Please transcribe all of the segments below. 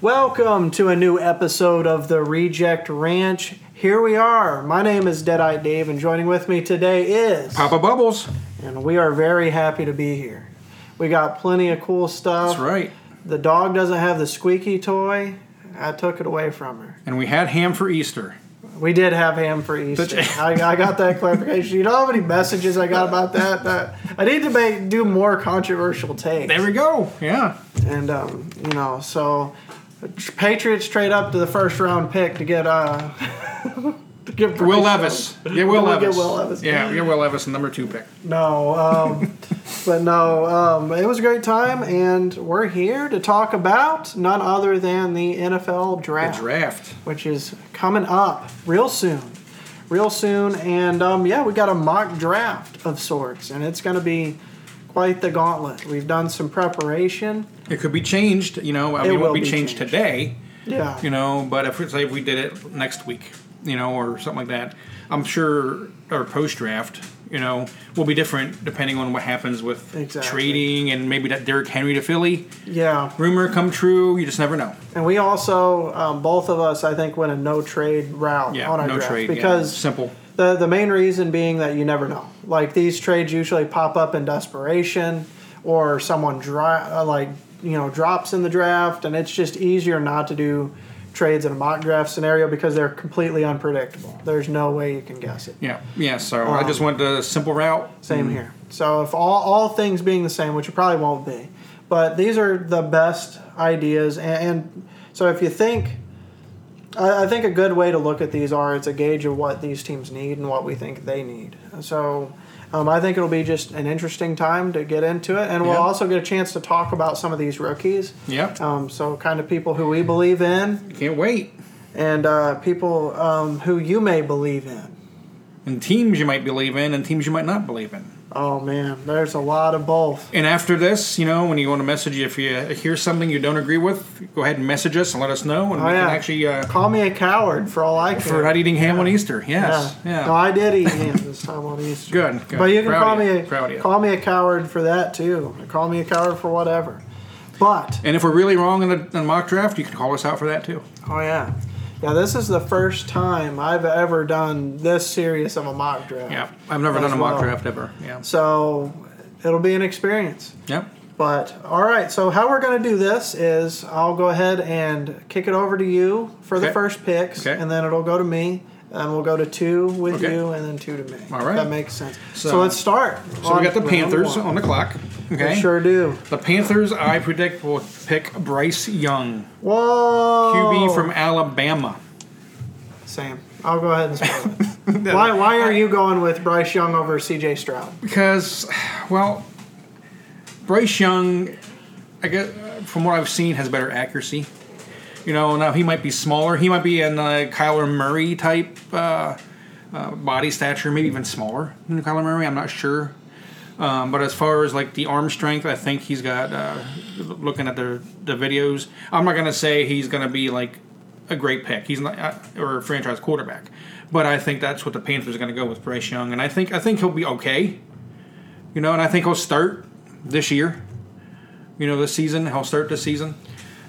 Welcome to a new episode of the Reject Ranch. Here we are. My name is Deadeye Dave, and joining with me today is Papa Bubbles. And we are very happy to be here. We got plenty of cool stuff. That's right. The dog doesn't have the squeaky toy. I took it away from her. And we had ham for Easter. We did have ham for Easter. Did you? I, I got that clarification. You know how many messages I got about that? That I need to make do more controversial takes. There we go. Yeah. And um, you know, so tr- Patriots trade up to the first round pick to get uh to get Bryce Will Young. Levis. Yeah, Will We'll get Levis. Will Levis. Yeah, yeah, Will Levis, number two pick. No, um, but no, um, it was a great time, and we're here to talk about none other than the NFL The draft, draft. which is coming up real soon. Real soon, and um, yeah, we got a mock draft of sorts, and it's going to be quite the gauntlet. We've done some preparation. It could be changed, you know. I mean, it will won't be be changed, changed. today, Yeah. you know, but if we say we did it next week, you know, or something like that, I'm sure our post draft, you know, will be different depending on what happens with Exactly. trading and maybe that Derrick Henry to Philly Yeah. rumor come true. You just never know. And we also, um, both of us, I think, went a no trade route Yeah, on our no draft trade. yeah. because simple. the the main reason being that you never know. Like these trades usually pop up in desperation, or someone dry, uh, like you know drops in the draft, and it's just easier not to do trades in a mock draft scenario because they're completely unpredictable. There's no way you can guess it. Yeah, yeah. So Um, I just went the simple route. Same here. So if all, all things being the same, which it probably won't be, but these are the best ideas. And, and so if you think, I, I think a good way to look at these are it's a gauge of what these teams need and what we think they need. So um, I think it'll be just an interesting time to get into it, and we'll Yeah. also get a chance to talk about some of these rookies. Yep. Um, so kind of people who we believe in, Can't wait. and uh, people um, who you may believe in. And teams you might believe in and teams you might not believe in. Oh man, there's a lot of both. And after this, you know, when you want to message, if you hear something you don't agree with, go ahead and message us and let us know. And Oh, we yeah. can actually, uh, Call me a coward for all I care. for not eating ham on Easter. Yes. Yeah. No, I did eat ham this time on Easter. Good, good. But you can Proud call of you. me Proud of a, you. call me a coward for that too. Call me a coward for whatever. But and if we're really wrong in the, in the mock draft, you can call us out for that too. oh yeah, yeah. This is the first time I've ever done this serious of a mock draft. Yeah. I've never As done a mock well. draft ever. Yeah. So it'll be an experience. Yep. But all right, so how we're going to do this is I'll go ahead and kick it over to you for the Okay. first picks, Okay. and then it'll go to me, and we'll go to two with Okay. you, and then two to me. All if right. that makes sense. So, So- let's start. So we got the round Panthers one. on the clock. Okay. They sure do. The Panthers, I predict, will pick Bryce Young, Whoa. Oh. QB from Alabama. Sam. I'll go ahead and spoil it. why, why are you going with Bryce Young over CJ Stroud? because, well, Bryce Young, I guess from what I've seen, has better accuracy. You know, now he might be smaller. He might be in uh, Kyler Murray type uh, uh, body stature, maybe even smaller than Kyler Murray. I'm not sure. Um, but as far as like the arm strength, I think he's got. Uh, looking at the the videos, I'm not gonna say he's gonna be like a great pick. He's not uh, or a franchise quarterback, but I think that's what the Panthers are gonna go with Bryce Young, and I think I think he'll be okay. You know, and I think he'll start this year. You know, this season he'll start this season.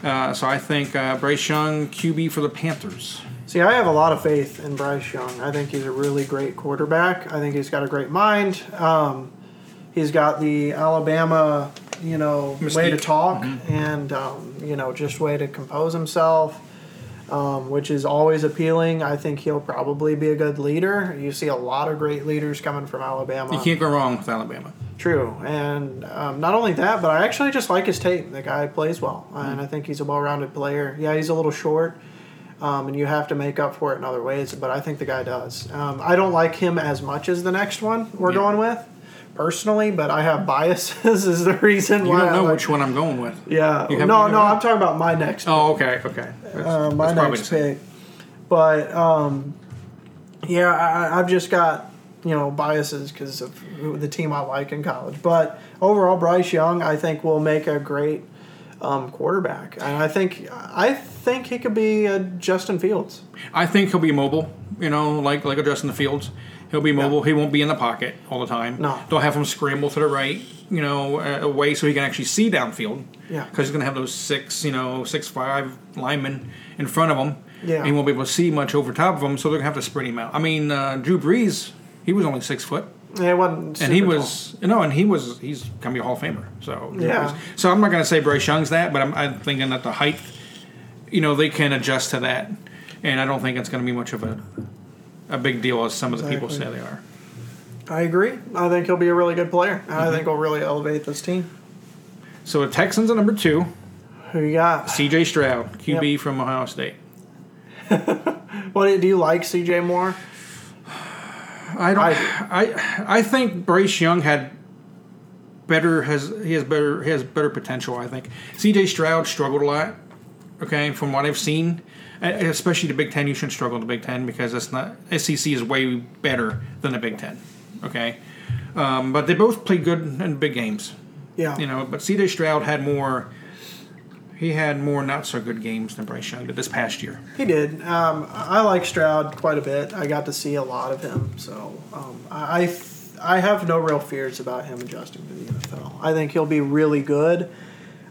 Uh, so I think uh, Bryce Young QB for the Panthers. See, I have a lot of faith in Bryce Young. I think he's a really great quarterback. I think he's got a great mind. Um, he's got the Alabama, you know, way to Mystique. Mm-hmm. talk and um, you know just way to compose himself, um, which is always appealing. I think he'll probably be a good leader. You see a lot of great leaders coming from Alabama. You can't go wrong with Alabama. True, and um, not only that, but I actually just like his tape. The guy plays well, Hmm. and I think he's a well-rounded player. Yeah, he's a little short, um, and you have to make up for it in other ways. But I think the guy does. Um, I don't like him as much as the next one we're Yeah. going with, personally. But I have biases is the reason You why. don't I know like- which one I'm going with. Yeah, you have- no, you no, have- I'm talking about my next. Oh, okay, okay. That's, Uh, my that's probably next the same. pick. But um, yeah, I, I- I've just got you know biases because of who- the team I like in college. But overall, Bryce Young, I think, will make a great um, quarterback, and I think I think he could be a Justin Fields. I think he'll be mobile. You know, like like a Justin Fields, he'll be mobile. He won't be in the pocket all the time. No. they'll have him scramble to the right. you know, uh, away so he can actually see downfield. Yeah. Because he's going to have those six, you know, six five linemen in front of him. Yeah. And he won't be able to see much over top of him, so they're going to have to spread him out. I mean, uh, Drew Brees, he was only six foot, Yeah, it wasn't. and he super was no, and he was he's going to be a Hall of Famer. So Drew Yeah. Brees. So I'm not going to say Bryce Young's that, but I'm, I'm thinking that the height, you know, they can adjust to that, and I don't think it's going to be much of a a big deal as some of the people say Exactly. they are. tall. I agree. I think he'll be a really good player. I Mm-hmm. think he'll really elevate this team. So the Texans at number two, Who you got? C.J. Stroud, QB from Ohio State. What do you- do you like, CJ Moore? I don't. I I I think Bryce Young had better has he has better he has better potential. I think C.J. Stroud struggled a lot. Okay, from what I've seen, and especially the Big Ten, you shouldn't struggle in the Big Ten because that's not SEC is way better than the Big Ten. Okay, um, but they both played good in big games. Yeah. You know, but C.J. Stroud had more. He had more not so good games than Bryce Young did this past year. He did. Um, I I like Stroud quite a bit. I got to see a lot of him, so um, I I th- I have no real fears about him adjusting to the NFL. I think he'll be really good,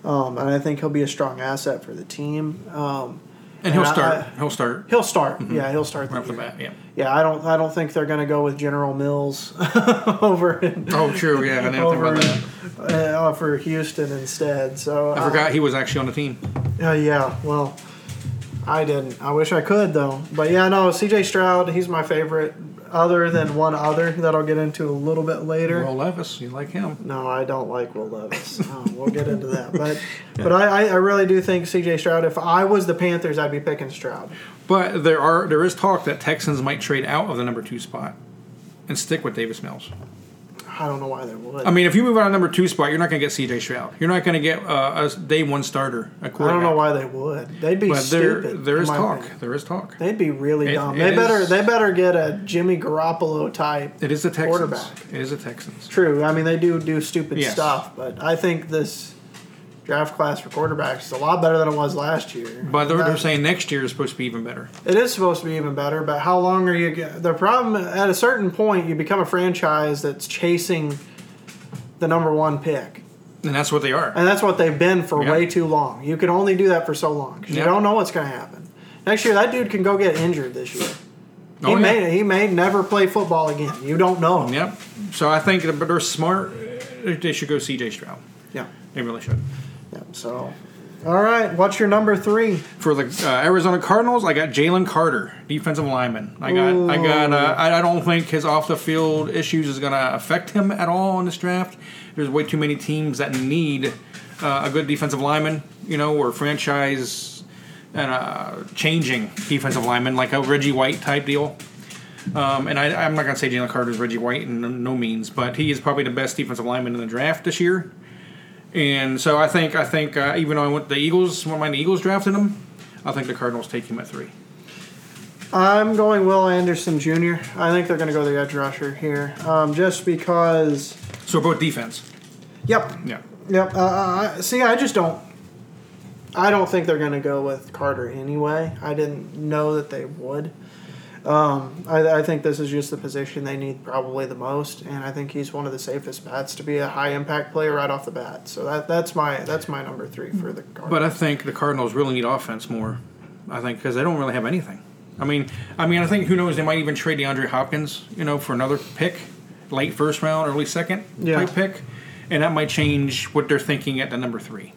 um, and I think he'll be a strong asset for the team. Um, And he'll And I- start. he'll start he'll start. Yeah, he'll start. Mm-hmm. right off the year. bat. Yeah. Yeah, I don't I don't think they're going to go with General Mills over in, Oh, true. Yeah, I didn't think over about that. in, uh, for Houston instead. So I forgot he was actually on the team. Uh, yeah, well, I didn't. I wish I could though. But yeah, no, C.J. Stroud, he's my favorite, other than one other that I'll get into a little bit later. Will Levis, you like him? no, I don't like Will Levis. um, we'll get into that, but but I, I, I really do think C.J. Stroud. If I was the Panthers, I'd be picking Stroud. But there are there is talk that Texans might trade out of the number two spot and stick with Davis Mills. I don't know why they would. I mean, if you move out of number two spot, you're not going to get C.J. Stroud. You're not going to get uh, a day one starter. A I quarterback. don't know why they would. They'd be But there stupid. there in is my talk. opinion. There is talk. They'd be really It- dumb. it they better is- they better get a Jimmy Garoppolo type It is the Texans. Quarterback. It is the Texans. True. I mean, they do do stupid Yes. stuff, but I think this draft class for quarterbacks is a lot better than it was last year. But they're, they're That- saying next year is supposed to be even better. it is supposed to be even better, but how long are you? go- The problem at a certain point, you become a franchise that's chasing the number one pick, And that's what they are. and that's what they've been for Yeah. way too long. You can only do that for so long 'cause Yeah. you don't know what's going to happen. Next year, that dude can go get injured. This year, he Oh, yeah. may he may never play football again. You don't know. Yep. So I think that- but they're smart. They should go C.J. Stroud. yeah, They really should. yeah. So, all right, what's your number three? For the uh, Arizona Cardinals, I got Jalen Carter, defensive lineman. I got, I got. Uh, I I don't think his off the field issues is going to affect him at all in this draft. There's way too many teams that need uh, a good defensive lineman, you know, or franchise and uh, changing defensive lineman like a Reggie White type deal. Um, and I, I'm not going to say Jalen Carter is Reggie White in no- no means, but he is probably the best defensive lineman in the draft this year. And so I think I think uh, even though I went the Eagles, one of my Eagles drafted him, I think the Cardinals take him at three. I'm going Will Anderson Jr. I think they're going to go the edge rusher here, um, just because. So both defense. Yep, Yeah. yep. Uh, Uh, I- see, I just don't. I don't think they're going to go with Carter anyway. I didn't know that they would. Um, I, I think this is just the position they need probably the most, and I think he's one of the safest bats to be a high impact player right off the bat. So that that's my that's my number three for the Cardinals. But I think the Cardinals really need offense more. I think because they don't really have anything. I mean, I mean, I think who knows? They might even trade DeAndre Hopkins, you know, for another pick, late first round, early second Yeah. type pick, and that might change what they're thinking at the number three.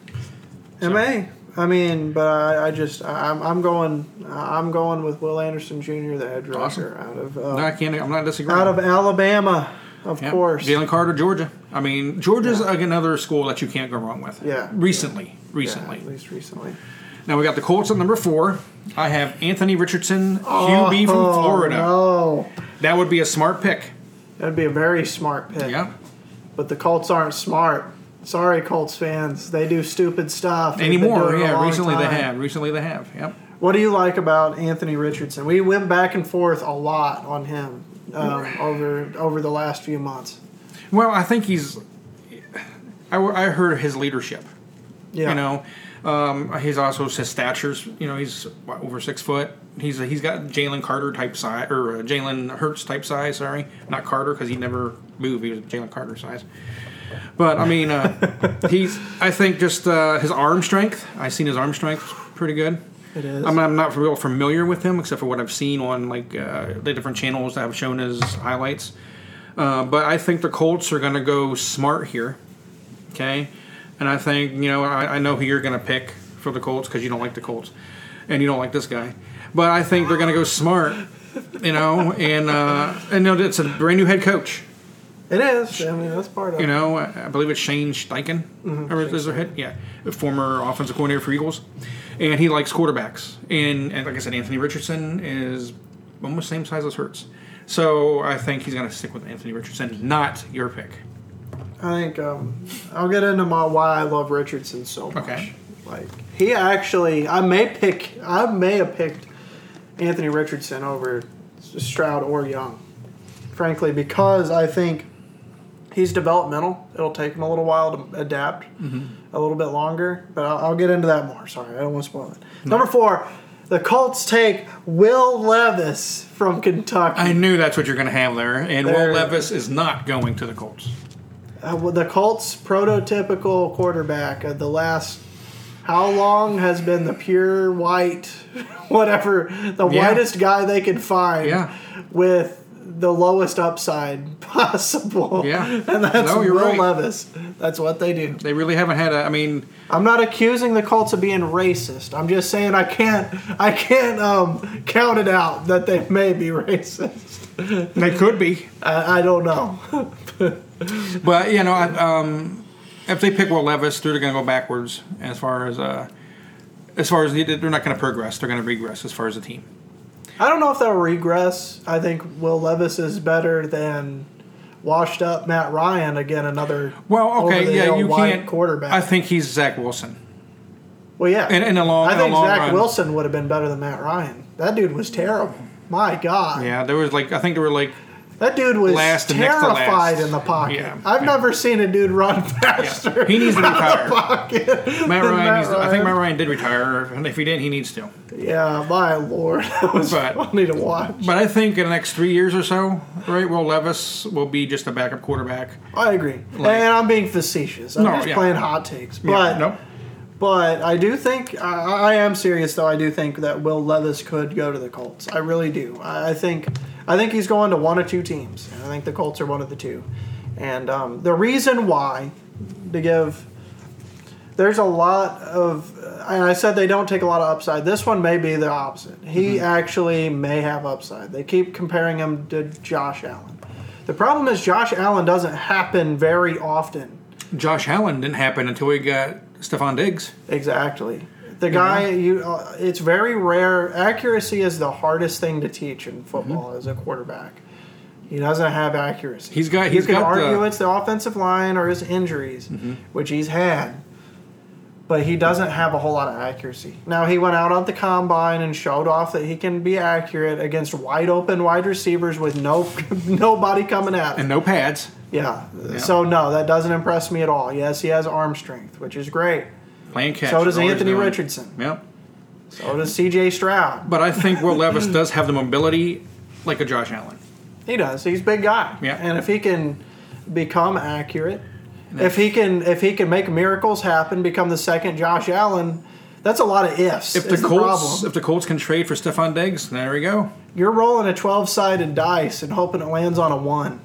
It may. I mean, but I, I just I- I'm, I'm going I'm going with Will Anderson Jr. the edge rusher out of uh, No, I can't. I'm not disagreeing. out of Alabama, of Yeah. course. Jalen Carter, Georgia. I mean, Georgia's like another school that you can't go wrong with. Yeah. Recently, Yeah, recently. at least recently. Now we got the Colts at number four. I have Anthony Richardson, QB from Oh, Florida. No, That would be a smart pick. that'd be a very smart pick. Yeah, But the Colts aren't smart. Sorry, Colts fans. They do stupid stuff. They've been anymore? doing it a Yeah, long recently they time. have. Recently they have. Yep. What do you like about Anthony Richardson? We went back and forth a lot on him um, over over the last few months. Well, I think he's. I, I heard his leadership. Yeah. You know, um, he's also his stature's. You know, he's what, over six foot. He's he's got Jalen Carter type size or uh, Jalen Hurts type size. Sorry, not Carter because he never moved. He was Jalen Carter size. But I mean, uh, he's. I think just uh, his arm strength. I seen his arm strength pretty good. It is. I'm, I'm not real familiar with him except for what I've seen on like uh, the different channels that have shown his highlights. Uh, but I think the Colts are going to go smart here. Okay, and I think you know I, I know who you're going to pick for the Colts because you don't like the Colts and you don't like this guy. But I think they're going to go smart. You know, and uh, and no, it's a brand new head coach. It is. I mean, that's part of You it. know, I I believe it's Shane Steichen, or is, is their head? Yeah, the former offensive coordinator for Eagles, and he likes quarterbacks. And, and like I said, Anthony Richardson is almost same size as Hertz, so I think he's going to stick with Anthony Richardson, not your pick. I think um, I'll get into my why I love Richardson so much. Okay. Like he actually, I may pick, I may have picked Anthony Richardson over Stroud or Young, frankly, because I think he's developmental. It'll take him a little while to adapt, Mm-hmm. a little bit longer, but I'll, I'll get into that more. Sorry, I don't want to spoil it. Number four, the Colts take Will Levis from Kentucky. I knew that's what you're going to have there, and There- Will Levis is not going to the Colts. Uh, well, the Colts' prototypical quarterback of the last how long has been the pure white, whatever the Yeah. whitest guy they could find Yeah. with the lowest upside possible. Yeah. and that's No, you're Will right. Levis. That's what they do. They really haven't had a. I mean, I'm not accusing the Colts of being racist. I'm just saying I can't I can't um, count it out that they may be racist. they could be, I, I don't know. but you know, I, um, if they pick Will Levis, they're going to go backwards as far as uh, as far as the, they're not going to progress. They're going to regress as far as the team. I don't know if they'll regress. I think Will Levis is better than washed up Matt Ryan again. Another Well, okay, yeah, over-the-hill you white can't quarterback. I think he's Zach Wilson. well, yeah, in- in the long- I in the think long Zach run. Wilson would have been better than Matt Ryan. That dude was terrible. My God, Yeah, there was like I think there were like that dude was Last and next to last. terrified in the pocket. Yeah, I've yeah. never seen a dude run faster. he needs to retire. Matt Ryan, Matt needs to, I think Ryan. Matt Ryan did retire, and if he didn't, he needs to. Yeah, my lord, that was But- funny to watch. But I think in the next three years or so, right, Will Levis will be just a backup quarterback. I agree, and I'm being facetious. I'm No, just yeah. playing hot takes, but. Yeah, no, But I do think I, I am serious though. I do think that Will Levis could go to the Colts. I really do. I, I think I think he's going to one of two teams. And I think the Colts are one of the two. And um, the reason why to give there's a lot of and I said they don't take a lot of upside. This one may be the opposite. He actually may have upside. They keep comparing him to Josh Allen. The problem is Josh Allen doesn't happen very often. Josh Allen didn't happen until we got Stephon Diggs. Exactly. The guy you uh, it's very rare accuracy is the hardest thing to teach Mm-hmm. in football as a quarterback. He doesn't have accuracy. He's got- you he's could got argue the- Mm-hmm. it's the offensive line or his injuries, which he's had. But he doesn't have a whole lot of accuracy. Now he went out on the combine and showed off that he can be accurate against wide open wide receivers with no nobody coming at him. And no pads. yeah. So no, that doesn't impress me at all. Yes, he has arm strength, which is great. Playing catch. So does is always Anthony doing- Richardson. Yep. So does CJ Stroud. But I think Will Levis does have the mobility like a Josh Allen. He does. He's a big guy. Yeah. And if he can become accurate, if he can if he can make miracles happen, become the second Josh Allen, that's a lot of ifs. If the is Colts, problem. if the Colts can trade for Stephon Diggs, there we go. you're rolling a twelve sided dice and hoping it lands on a one.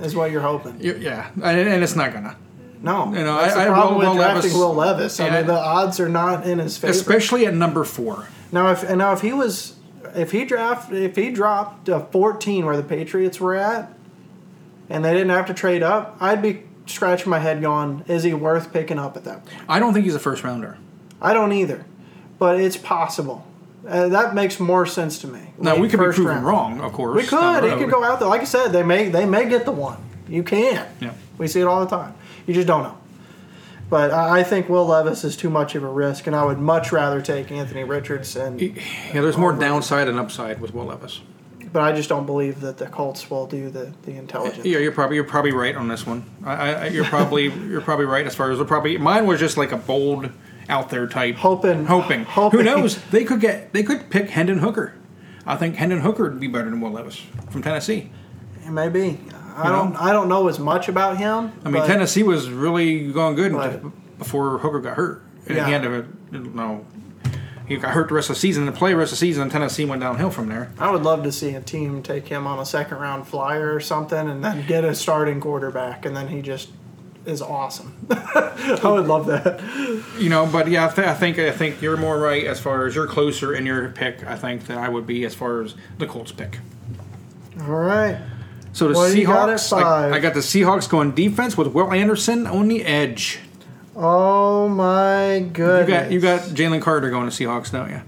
Is what you're hoping. You- Yeah, and, and it's not gonna. No, You know, that's I- I- the problem Will- with Will drafting Levis- Will Levis. I Yeah. mean, the odds are not in his favor. especially at number four. Now, if and now if he was, if he draft, if he dropped to fourteen where the Patriots were at, and they didn't have to trade up, I'd be scratching my head going, is he worth picking up at that point? I don't think he's a first rounder. I don't either, but it's possible. Uh, that makes more sense to me. Now we Late could be first proven round. wrong, of course. We down could. the He could road. go out there. Like I said, they may they may get the one. You can. Yeah. We see it all the time. You just don't know. But I I think Will Levis is too much of a risk, and I would much rather take Anthony Richardson. Yeah, there's more downside and upside with Will Levis. But I just don't believe that the Colts will do the, the intelligence. Yeah, you're probably you're probably right on this one. I, I, I- you're probably you're probably right as far as the probably mine was just like a bold out there type Hoping- hoping hoping. Who knows? They could get they could pick Hendon Hooker. I think Hendon Hooker would be better than Will Levis from Tennessee. It may be. I don't I don't know as much about him. I mean, but- Tennessee was really going good Right. b- before Hooker got hurt, and Yeah. he had to, you know, he got hurt the rest of the season and play the rest of the season. And Tennessee went downhill from there. I would love to see a team take him on a second round flyer or something, and then get a starting quarterback, and then he just is awesome. I would love that. You know, but yeah, I, th- I think I think you're more right as far as you're closer in your pick. I think than I would be as far as the Colts pick. All right. So the What do you got at Seahawks, I, five? I got the Seahawks going defense with Will Anderson on the edge. Oh my You goodness. got you got Jalen Carter going to Seahawks, don't you?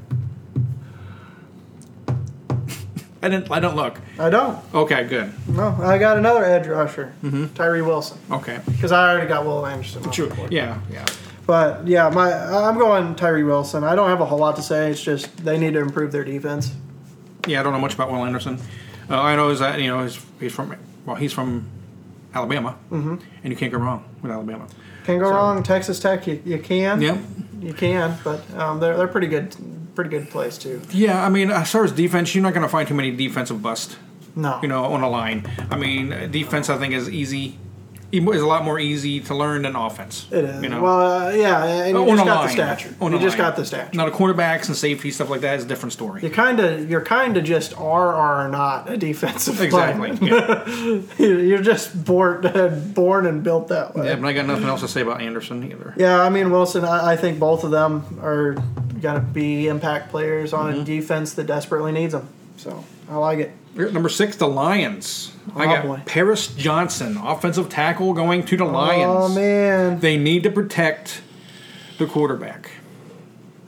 I didn't. I don't look. I don't. Okay, good. No, I got another edge rusher, Tyree Wilson, Okay. because I already got Will Anderson. on Sure. the board. Mm-hmm. Yeah. Yeah. But yeah, my I'm going Tyree Wilson. I don't have a whole lot to say. It's just they need to improve their defense. Yeah, I don't know much about Will Anderson. Uh, I know is that you know he's, he's from well he's from Alabama, mm-hmm. and you can't go wrong with Alabama. Can go wrong. Texas Tech, you, you can. Yeah, You can, but um, they're they're pretty good, pretty good place too. yeah. I mean, as far as defense, you're not going to find too many defensive busts, No. you know, on a line. I mean, uh, defense I think is easy, e-, is a lot more easy to learn than offense. It is. You know, Oh, Well, uh, yeah, and you On just a got the line. stature. On you a just line. got the stature. now the quarterbacks and safety stuff like that is a different story. You kind of, you're kind of just are or are not a defensive Exactly. lineman. Yeah. You- you're just born, born and built that way. yeah, but I got nothing else to say about Anderson either. Yeah, I mean Wilson. I, I think both of them are gonna be impact players on Mm-hmm. a defense that desperately needs them. So I like it. We're at Number six, the Lions. I Oh, got boy. Paris Johnson, offensive tackle, going to the Lions. Oh man, They need to protect the quarterback.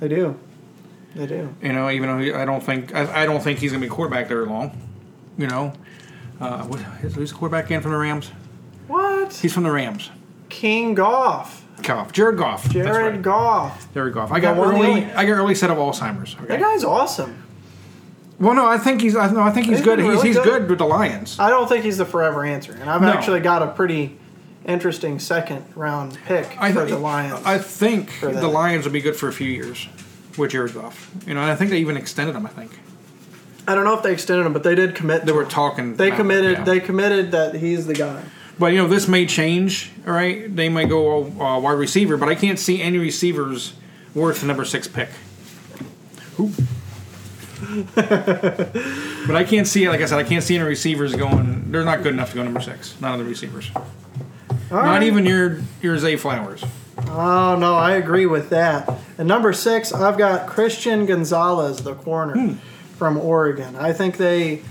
they do, they do. You know, even though he, I don't think I, I don't think he's going to be quarterback very long. You know, uh, what, who's the quarterback again from the Rams? What? He's from the Rams. King Goff, Goff, Jared Goff. That's Jared right. Goff. Jared Goff. I got The one and early. only. I got early set of Alzheimer's. That Okay. guy's awesome. Well, no, I think he's. I, no, I think he's He's good. been He's, really he's good. good with the Lions. I don't think he's the forever answer, and I've No. actually got a pretty interesting second round pick I for think the Lions. I think for the that. Lions will be good for a few years with Jared Goff. You know, and I think they even extended him. I think I don't know if they extended him, but they did commit. they to were him. talking. They about- committed. yeah. They committed that he's the guy. But you know, this may change. All right, they may go uh, wide receiver, but I can't see any receivers worth the number six pick. Who? but I can't see. Like I said, I can't see any receivers going. They're not good enough to go number six. None of the receivers. All Not right. even your your Zay Flowers. Oh no, I agree with that. And number six, I've got Christian Gonzalez, the corner from Oregon. I think they.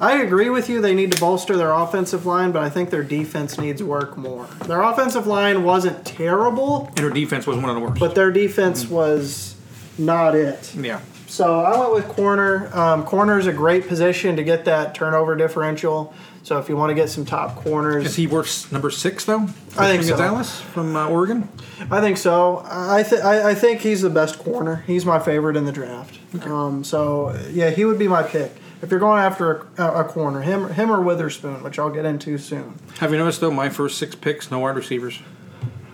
I agree with you. They need to bolster their offensive line, but I think their defense needs work more. Their offensive line wasn't terrible, And her defense was one of the worst. but their defense was not it. yeah, So I went with corner. Um, corner is a great position to get that turnover differential. So if you want to get some top is corners, he worth number six though? I think Christian so. Gonzalez from uh, Oregon. I think so. I th- I I think he's the best corner. He's my favorite in the draft. Um, so yeah, he would be my pick if you're going after a, a, a corner. Him him or Witherspoon, which I'll get into soon. Have you noticed though? My first six picks, no wide receivers.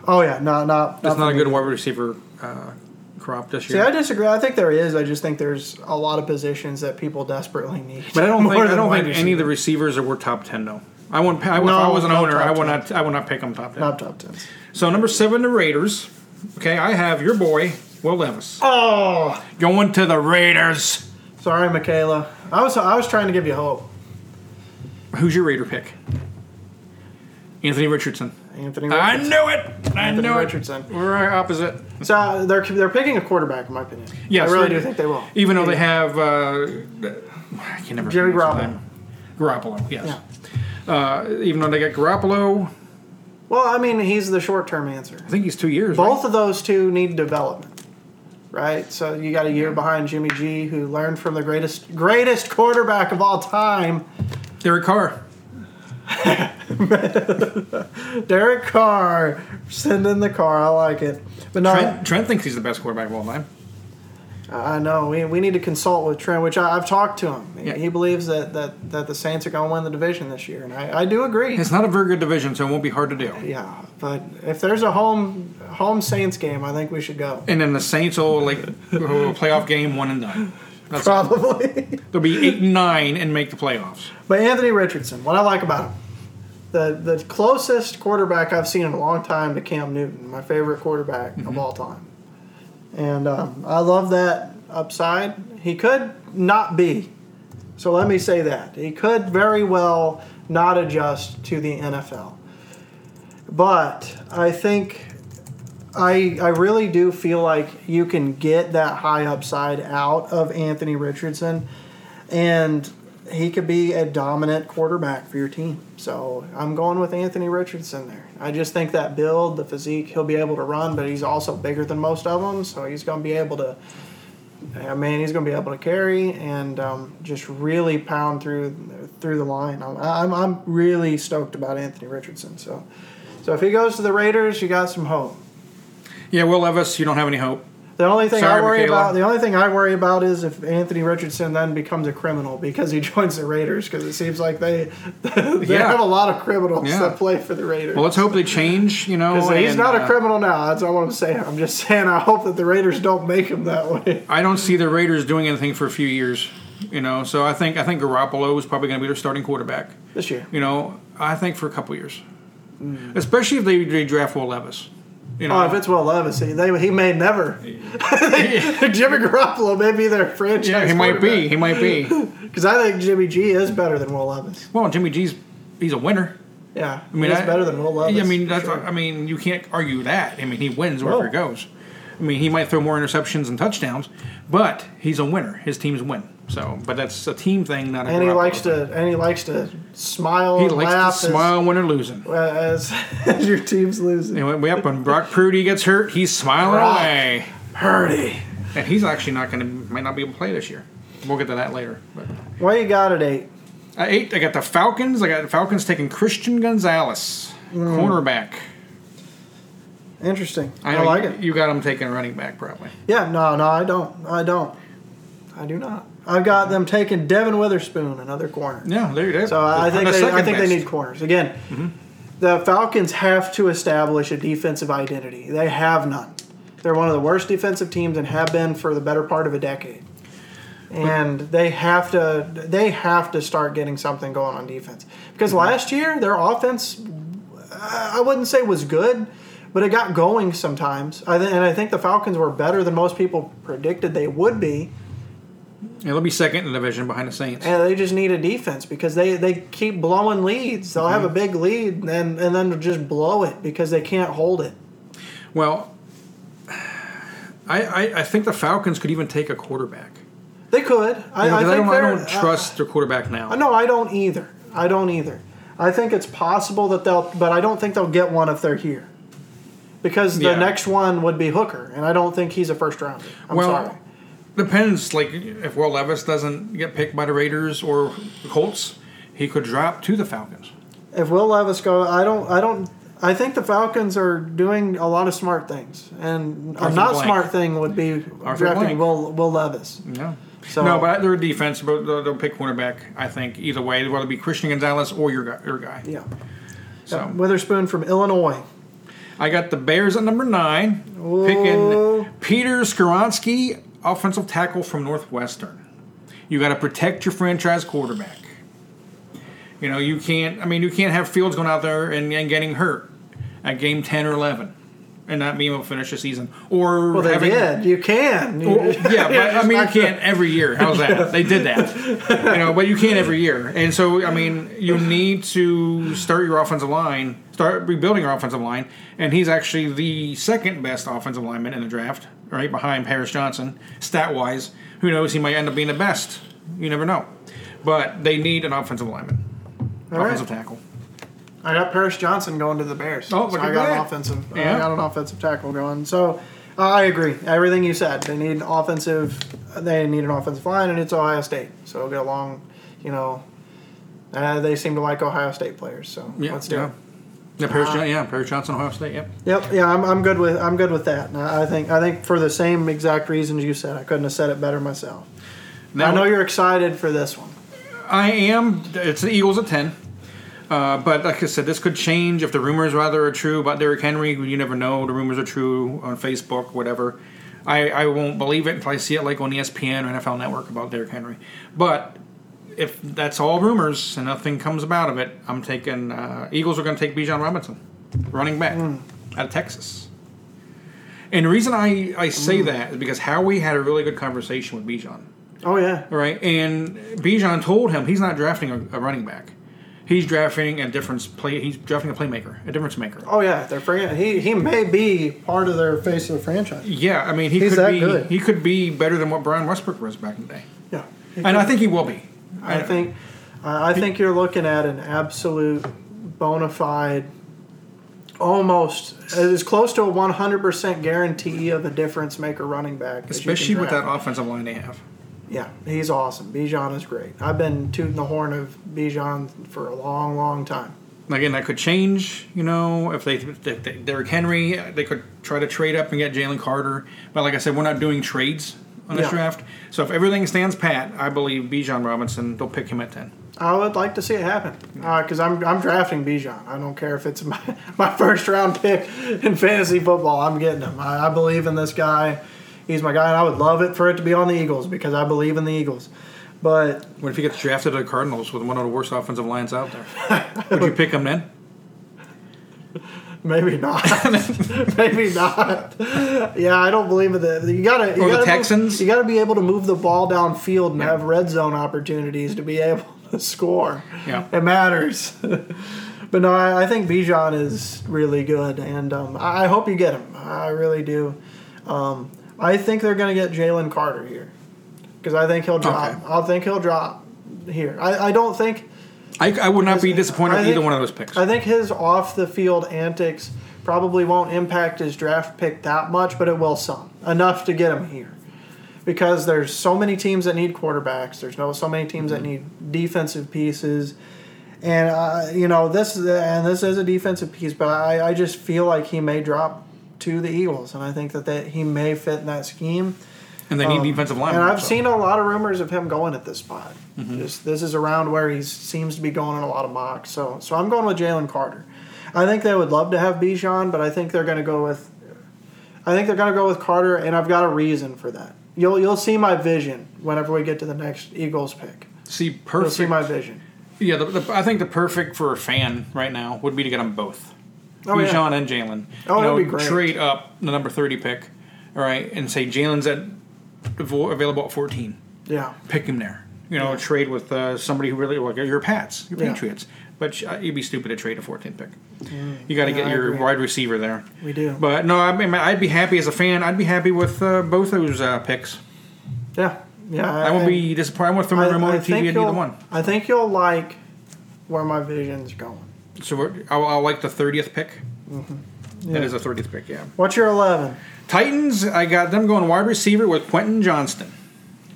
Oh yeah, no, not That's for not a me. good wide receiver uh, crop this See, year. I disagree. I think there is. I just think there's a lot of positions that people desperately need. But I don't more think I than don't wide think any of the receiver. receivers are worth top ten though. I wouldn't. I, No, if I was an no owner, top I would 10. not. I would not pick them top ten. not top tens. So number seven, the Raiders. Okay, I have your boy Will Levis Oh, going to the Raiders. sorry, Michaela. I was I was trying to give you hope. Who's your Raider pick? Anthony Richardson. Anthony I Richardson. knew it. I Anthony knew Richardson. it. We're opposite. So they're they're picking a quarterback, in my opinion. Yes, I really they- do think they will. Even though they have, uh, I can never. Jimmy Garoppolo. pronounce his name. Garoppolo. Yes. Yeah. Uh, even though they got Garoppolo, Well, I mean, he's the short term answer. I think he's two years. right? Both of those two need development, right? So you got a year behind Jimmy G, who learned from the greatest greatest quarterback of all time, Derek Carr. Derek Carr. Send in the car. I like it. But no, Trent, Trent thinks he's the best quarterback of all time. I know we, we need to consult with Trent, which I, I've talked to him. He- Yeah. He believes that, that, that the Saints are going to win the division this year, and I, I do agree. It's not a very good division, so it won't be hard to do. Yeah, but if there's a home home Saints game, I think we should go. And then the Saints will like will playoff game one and done. That's Probably. they'll be eight and nine and make the playoffs. But Anthony Richardson, what I like about him, the the closest quarterback I've seen in a long time to Cam Newton, my favorite quarterback of all time. And um, I love that upside. He could not be. So let me say that. He could very well not adjust to the NFL. But I think I I really do feel like you can get that high upside out of Anthony Richardson and he could be a dominant quarterback for your team. So I'm going with Anthony Richardson there. I just think that build, the physique, he'll be able to run, but he's also bigger than most of them, so he's going to be able to. I mean, he's going to be able to carry and um, just really pound through through the line. I'm, I'm I'm really stoked about Anthony Richardson. So, so if he goes to the Raiders, you got some hope. Yeah, Will Levis, you don't have any hope. The only thing I Sorry, worry Michaela. about the only thing I worry about is if Anthony Richardson then becomes a criminal because he joins the Raiders because it seems like they they Yeah. have a lot of criminals Yeah. that play for the Raiders. Well, let's hope they change. You know, 'Cause he's and, not a uh, criminal now. That's all I'm saying. I'm just saying I hope that the Raiders don't make him that way. I don't see the Raiders doing anything for a few years. You know, so I think I think Garoppolo is probably going to be their starting quarterback. This year, You know, I think for a couple years, especially if they, they draft Will Levis. You know, Hmm. oh, if it's Will Levis, he, they, he may never. Jimmy Garoppolo may be their franchise. yeah, he might be. He might be. because I think Jimmy G is better than Will Levis. well, Jimmy G's he's a winner. Yeah, I mean, he's I- better than Will Levis. Yeah, I mean, for that's, sure. I mean, you can't argue that. I mean, he wins No. wherever he goes. I mean, he might throw more interceptions and touchdowns, but he's a winner. His teams win. So, but that's a team thing, not a. and he Garoppolo likes thing. to and he likes to smile. He and laugh likes to as- smile when they're losing. as, as your team's losing. And when we up when Brock Purdy gets hurt, he's smiling Brock. away, Purdy. and he's actually not going to might not be able to play this year. We'll get to that later. But What you got at eight? I eight. I got the Falcons. I got the Falcons taking Christian Gonzalez, cornerback. Interesting. I, like you, it. You got him taking a running back probably. Yeah, no, no, I don't. I don't. I do not. I've got them taking Devin Witherspoon, another corner. Yeah, there you go. So I I think The they, I second think they best. need corners again. The Falcons have to establish a defensive identity. They have none. They're one of the worst defensive teams and have been for the better part of a decade. And they have to they have to start getting something going on defense because last year their offense I I wouldn't say was good, but it got going sometimes. I th- and I think the Falcons were better than most people predicted they would be. Yeah, they'll be second in the division behind the Saints. And they just need a defense because they, they keep blowing leads. They'll have a Mhm. big lead and then and then they'll just blow it because they can't hold it. Well, I, I I think the Falcons could even take a quarterback. They could. I, You know, I think 'cause I, uh, don't, I they're- don't trust their quarterback now. I- no, I don't either. I don't either. I think it's possible that they'll, but I don't think they'll get one if they're here, because the Yeah. next one would be Hooker, and I don't think he's a first rounder. I'm Well, sorry. Depends. Like if Will Levis doesn't get picked by the Raiders or the Colts, he could drop to the Falcons. if Will Levis go, I don't, I don't, I think the Falcons are doing a lot of smart things, and a Arthur not Blank. smart thing would be Arthur drafting Blank. Will, Will Levis. No. So no, but their defense, but they'll, they'll pick cornerback. I think either way, whether it be Christian Gonzalez or your guy, your guy. yeah, So Uh, Witherspoon from Illinois. I got the Bears at number nine, Ooh. picking Peter Skoronsky, offensive tackle from Northwestern. You got to protect your franchise quarterback. You know you can't. I mean, you can't have Fields going out there and, and getting hurt at game ten or eleven, and not being able to finish the season. Or Well, they having, did. You can. You- Well, yeah, but I just mean, you not good. can't every year. How's that? They did that, you know. But you can't every year, and so I mean, you need to start your offensive line, start rebuilding your offensive line, and he's actually the second best offensive lineman in the draft, right behind Paris Johnson, stat wise. Who knows? He might end up being the best. You never know. But they need an offensive lineman, All right. offensive tackcle. I got Paris Johnson going to the Bears. Oh, so look I at got an that. offensive. I Yeah. got an offensive tackle going. So uh, I agree. Everything you said. They need offensive. They need an offensive line, and it's Ohio State. So get along. You know, uh, they seem to like Ohio State players. So Yeah, let's do yeah. Uh, it. Yeah, Paris, Johnson, yeah, Paris Johnson, Ohio State. Yep. Yep. Yeah, I'm, I'm good with I'm good with that. And I I think I think for the same exact reasons you said. I couldn't have said it better myself. Now- I know you're excited for this one. I am. It's the Eagles at ten. Uh, but like I said, this could change if the rumors rather are true about Derrick Henry. You never know. The rumors are true on Facebook, whatever. E I, I won't believe it until I see it like on ESPN or NFL Network about Derrick Henry. But if that's all rumors and nothing comes about of it, I'm taking uh, Eagles are going to take Bijan Robinson, running back out of Texas. And the reason I, I say that is because Howie had a really good conversation with Bijan. Oh yeah. All right, and Bijan told him he's not drafting a, a running back. He's drafting a difference play. He's drafting a playmaker, a difference maker. Oh yeah. They're fran- he he may be part of their face of the franchise. Yeah, I mean he He's could that be good. he could be better than what Brian Westbrook was back in the day, Yeah. and I think he will be. I think I I think you're looking at an absolute bona fide, almost as close to a 100% guarantee of a difference maker running back. as you can especially with that draft. offensive line they have. Yeah, he's awesome. Bijan is great. I've been tooting the horn of Bijan for a long, long time. Again, that could change. You know, if they, if they Derrick Henry, they could try to trade up and get Jalen Carter. But like I said, we're not doing trades on this Yeah. draft. So if everything stands pat, I believe Bijan Robinson. They'll pick him at ten. I would like to see it happen because I'm I'm drafting Bijan. I don't care if it's my, my first round pick in fantasy football. I'm getting him. I, I believe in this guy. He's my guy, and I would love it for it to be on the Eagles because I believe in the Eagles. But What if he gets drafted to the Cardinals with one of the worst offensive lines out there? Would you pick him then? maybe not. maybe not. Yeah, I don't believe in the you gotta you Or the gotta be- Texans? you gotta be able to move the ball downfield and have red zone opportunities to be able to score. Yeah. it matters. but no, I, I think Bijan is really good, and um, I, I hope you get him. I really do. Um, I think they're going to get Jalen Carter here because I think he'll drop. Okay. I think he'll drop here. I, I don't think. I, I would not be disappointed I with think- either one of those picks. I think his off the field antics probably won't impact his draft pick that much, but it will some enough to get him here. Because there's so many teams that need quarterbacks. There's no so many teams that need defensive pieces, and uh, you know this and this is a defensive piece. But I, I just feel like he may drop to the Eagles, and I think that, that he may fit in that scheme. and they need defensive um, linemen. And I've so. seen a lot of rumors of him going at this spot. Mm-hmm. Just, this is around where he seems to be going in a lot of mocks. So, so I'm going with Jalen Carter. I think they would love to have Bijan, but I think they're going to go with, I think they're going to go with Carter, and I've got a reason for that. You'll you'll see my vision whenever we get to the next Eagles pick. see You'll see perfect. my vision. yeah, the, the, I think the perfect for a fan right now would be to get them both, Oh, yeah. Bijan and Jalen. Oh, you that'd know, be great. Trade up the number thirty pick, all right, and say Jalen's at avo- available at fourteen. Yeah. Pick him there. You know, trade with uh, somebody who really like your Pats, your Yeah. Patriots. But uh, you'd be stupid to trade a 14th pick. You got to Mm. Yeah, get I your agree. wide receiver there. We do. But no, I mean, I'd be happy as a fan. I'd be happy with uh, both those uh, picks. Yeah. Yeah. I won't and- be disappointed. I won't throw my remote at TV at either you'll- one. I think you'll like where my vision's going. So we're- I'll, I'll like the thirtieth pick. Yeah. That is a thirtieth pick. Mm-hmm. Yeah. What's your eleven? Titans. I got them going wide receiver with Quentin Johnston.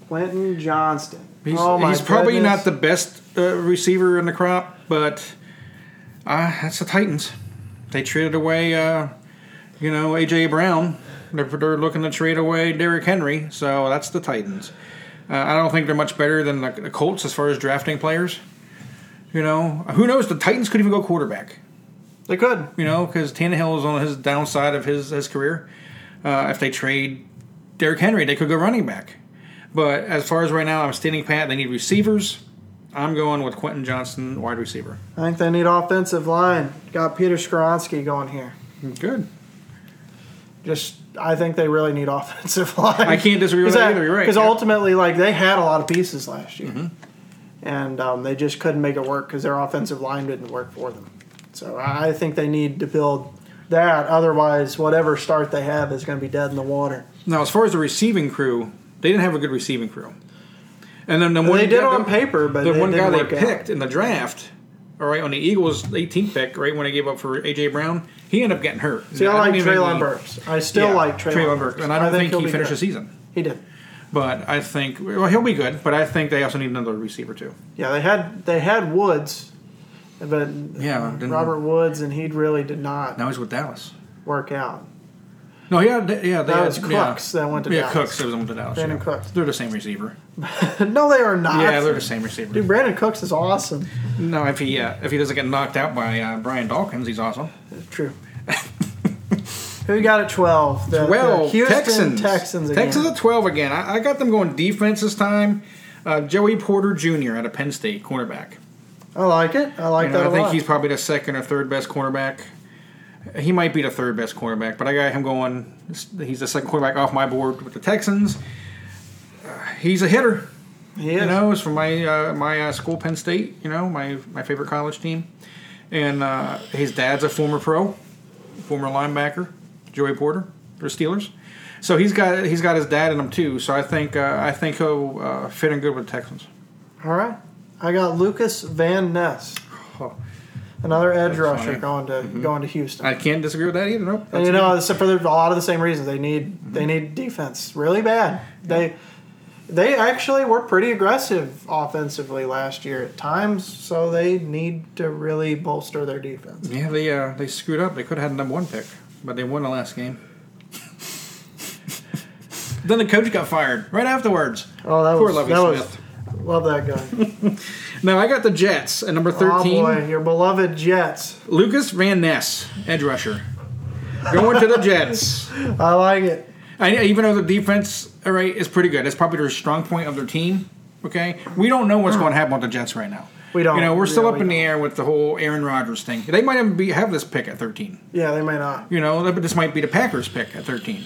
Quentin Johnston. He's, oh my he's probably goodness. not the best uh, receiver in the crop, but uh, that's the Titans. They traded away, uh, you know, AJ Brown. They're, they're looking to trade away Derrick Henry, so that's the Titans. Uh, I don't think they're much better than the, the Colts as far as drafting players. You know, who knows? The Titans could even go quarterback. They could. you know, because Tannehill is on his downside of his his career. Uh, if they trade Derrick Henry, they could go running back. But as far as right now, I'm standing pat. They need receivers. I'm going with Quentin Johnson, wide receiver. I think they need offensive line. Got Peter Skoronsky going here. Good. Just, I think they really need offensive line. I can't disagree with that either. You're right. Because Yeah. Mm-hmm. ultimately, like they had a lot of pieces last year, and um, they just couldn't make it work because their offensive line didn't work for them. So I I think they need to build that. Otherwise, whatever start they have is going to be dead in the water. Now, as far as the receiving crew, they didn't have a good receiving crew. And then the one they did the- on paper, but the it one guy didn't they work out. picked in the draft, all right, on the Eagles' 18th pick, right when they gave up for AJ Brown, he ended up getting hurt. See, I, like don't even Traylon think- Burks. I still yeah, like Traylon, Burks, and I don't think, he'll he be finished good. the season. He did. But I think well he'll be good. But I think they also need another receiver too. Yeah, they had they had Woods, but Yeah, didn't- Robert Woods, and he really did not Now he's with Dallas. work out. No, yeah, they- yeah, they That had, was yeah. Uh, Cooks that went to yeah, Dallas. Cooks. It was on to Dallas. Brandon yeah. Cooks. They're the same receiver. no, they are not. yeah, they're the same receiver. Dude, Brandon Cooks is awesome. Uh, No, if he uh, if he doesn't get knocked out by uh, Brian Dawkins, he's awesome. True. Who you got at twelve? The, the Twelve Houston Texans. Texans. again. Texans at twelve again. I, I got them going defense this time. Uh, Joey Porter Jr. out of Penn State, cornerback. I like it. I like You know, that. I a think lot. he's probably the second or third best cornerback. He might be the third best cornerback, but I got him going. He's the second cornerback off my board with the Texans. Uh, he's a hitter. He is. You know, it's from my uh, my uh, school, Penn State. You know, my my favorite college team, and uh, his dad's a former pro, former linebacker, Joey Porter for the Steelers. So he's got he's got his dad in him too. So I think uh, I think he'll uh, fit in good with the Texans. All right. I got Lucas Van Ness, Oh, another edge That's rusher going funny. Mm-hmm. to going to Houston. I can't disagree with that either. Nope. and That's you good. know, except for the- a lot of the same reasons, they need they need defense really bad. They they actually were pretty aggressive offensively last year at times, so they need to really bolster their defense. Yeah, they uh, they screwed up. They could have had a number one pick, but they won the last game. then the coach got fired right afterwards. Oh, that Poor was Lovie that Smith. was love that guy. Now I got the Jets at number oh thirteen. boy, your beloved Jets. Lucas Van Ness, edge rusher, going to the Jets. I like it. I, even though the defense, all right, is pretty good. It's probably their strong point of their team. Okay, we don't know what's going to happen with the Jets right now. We don't. You know, we're still Yeah, up we in the air with the whole Aaron Rodgers thing. They might even be have this pick at thirteen. Yeah, they may not. You know, but this might be the Packers pick at 13.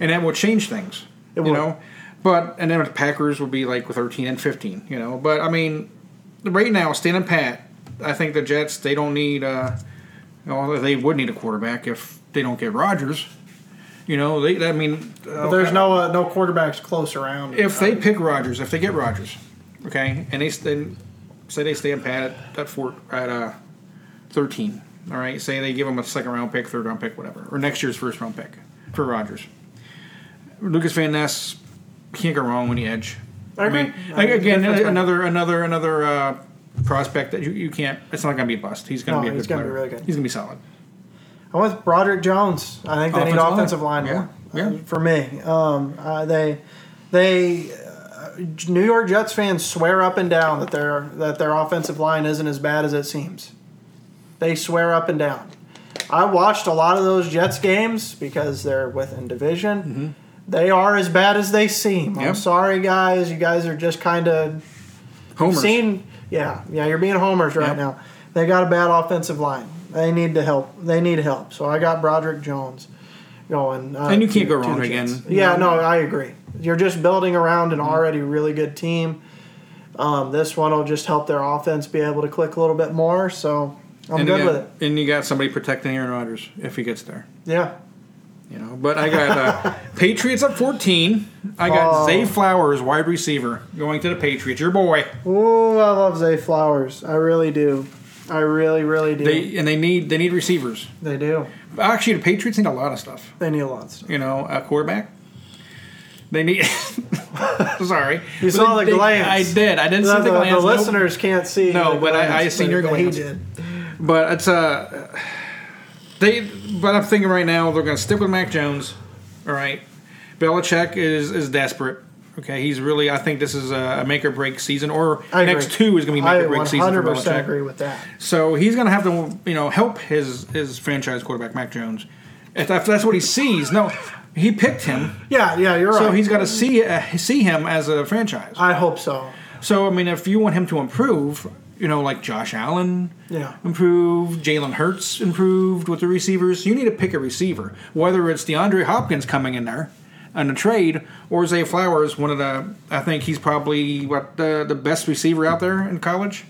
And that will change things. It You will. know? But, and then the Packers will be like with 13 and 15, you know? But, I mean, right now, standing pat, I think the Jets, they don't need, uh, well, they would need a quarterback if they don't get Rodgers. You know, they, I mean, But there's no uh, no quarterbacks close around. if they pick Rodgers, if they get Rodgers, okay, and they then say they stand pat at, at four at uh, thirteen, all right. Say they give him a second round pick, third round pick, whatever, or next year's first round pick for Rodgers. Lucas Van Ness can't go wrong when he edge. I agree. mean, I agree. again, That's right. another another another uh, prospect that you, you can't. It's not going to be a bust. He's going No, to be a he's good gonna player. be really good. He's going to be solid. I went with Broderick Jones. I think they need Offensive offensive line. line, more. Yeah, Uh, yeah. For me, um, uh, they they uh, New York Jets fans swear up and down that their that their offensive line isn't as bad as it seems. They swear up and down. I watched a lot of those Jets games because they're within division. Mm-hmm. They are as bad as they seem. I'm Yep. sorry, guys. You guys are just kind of Homers. seen yeah yeah you're being homers right Yep. now they got a bad offensive line they need to help they need help so i got broderick jones going uh, And you can't to- go to wrong the Jets. again. Mm-hmm. yeah no i agree you're just building around an already really good team um, this one will just help their offense be able to click a little bit more so i'm and good you with got, it And you got somebody protecting Aaron Rodgers if he gets there. yeah You know, but I got uh, Patriots at 14. I got Oh. Zay Flowers, wide receiver, going to the Patriots. Your boy. Ooh, i love zay flowers i really do i really really do they, They and they need they need receivers. do Actually, the Patriots need a lot of stuff. they need a lot of stuff You know, a quarterback. They need. sorry, You But saw they- the they- glance. I did. I didn't the, see the, the- the glance. nope. listeners can't see No, the but I- I glance, seen but your glance. he did But it's uh, they. But I'm thinking right now they're going to stick with Mac Jones. All right, Belichick is is desperate. Okay, he's really. I think this is a make or break season, or I agree. next two is going to be make or break season for I 100% Belichick. agree with that. So he's going to have to, you know, help his his franchise quarterback Mac Jones. If that- if that's what he sees, no, he picked him, Yeah, yeah, you're so right. he's got to see uh, see him as a franchise. I hope so. So I mean, if you want him to improve, you know, like Josh Allen, Yeah. improved. Jalen Hurts improved with the receivers. You need to pick a receiver, whether it's DeAndre Hopkins coming in there on a trade or Zay Flowers, one of the. I think he's probably what the the best receiver out there in college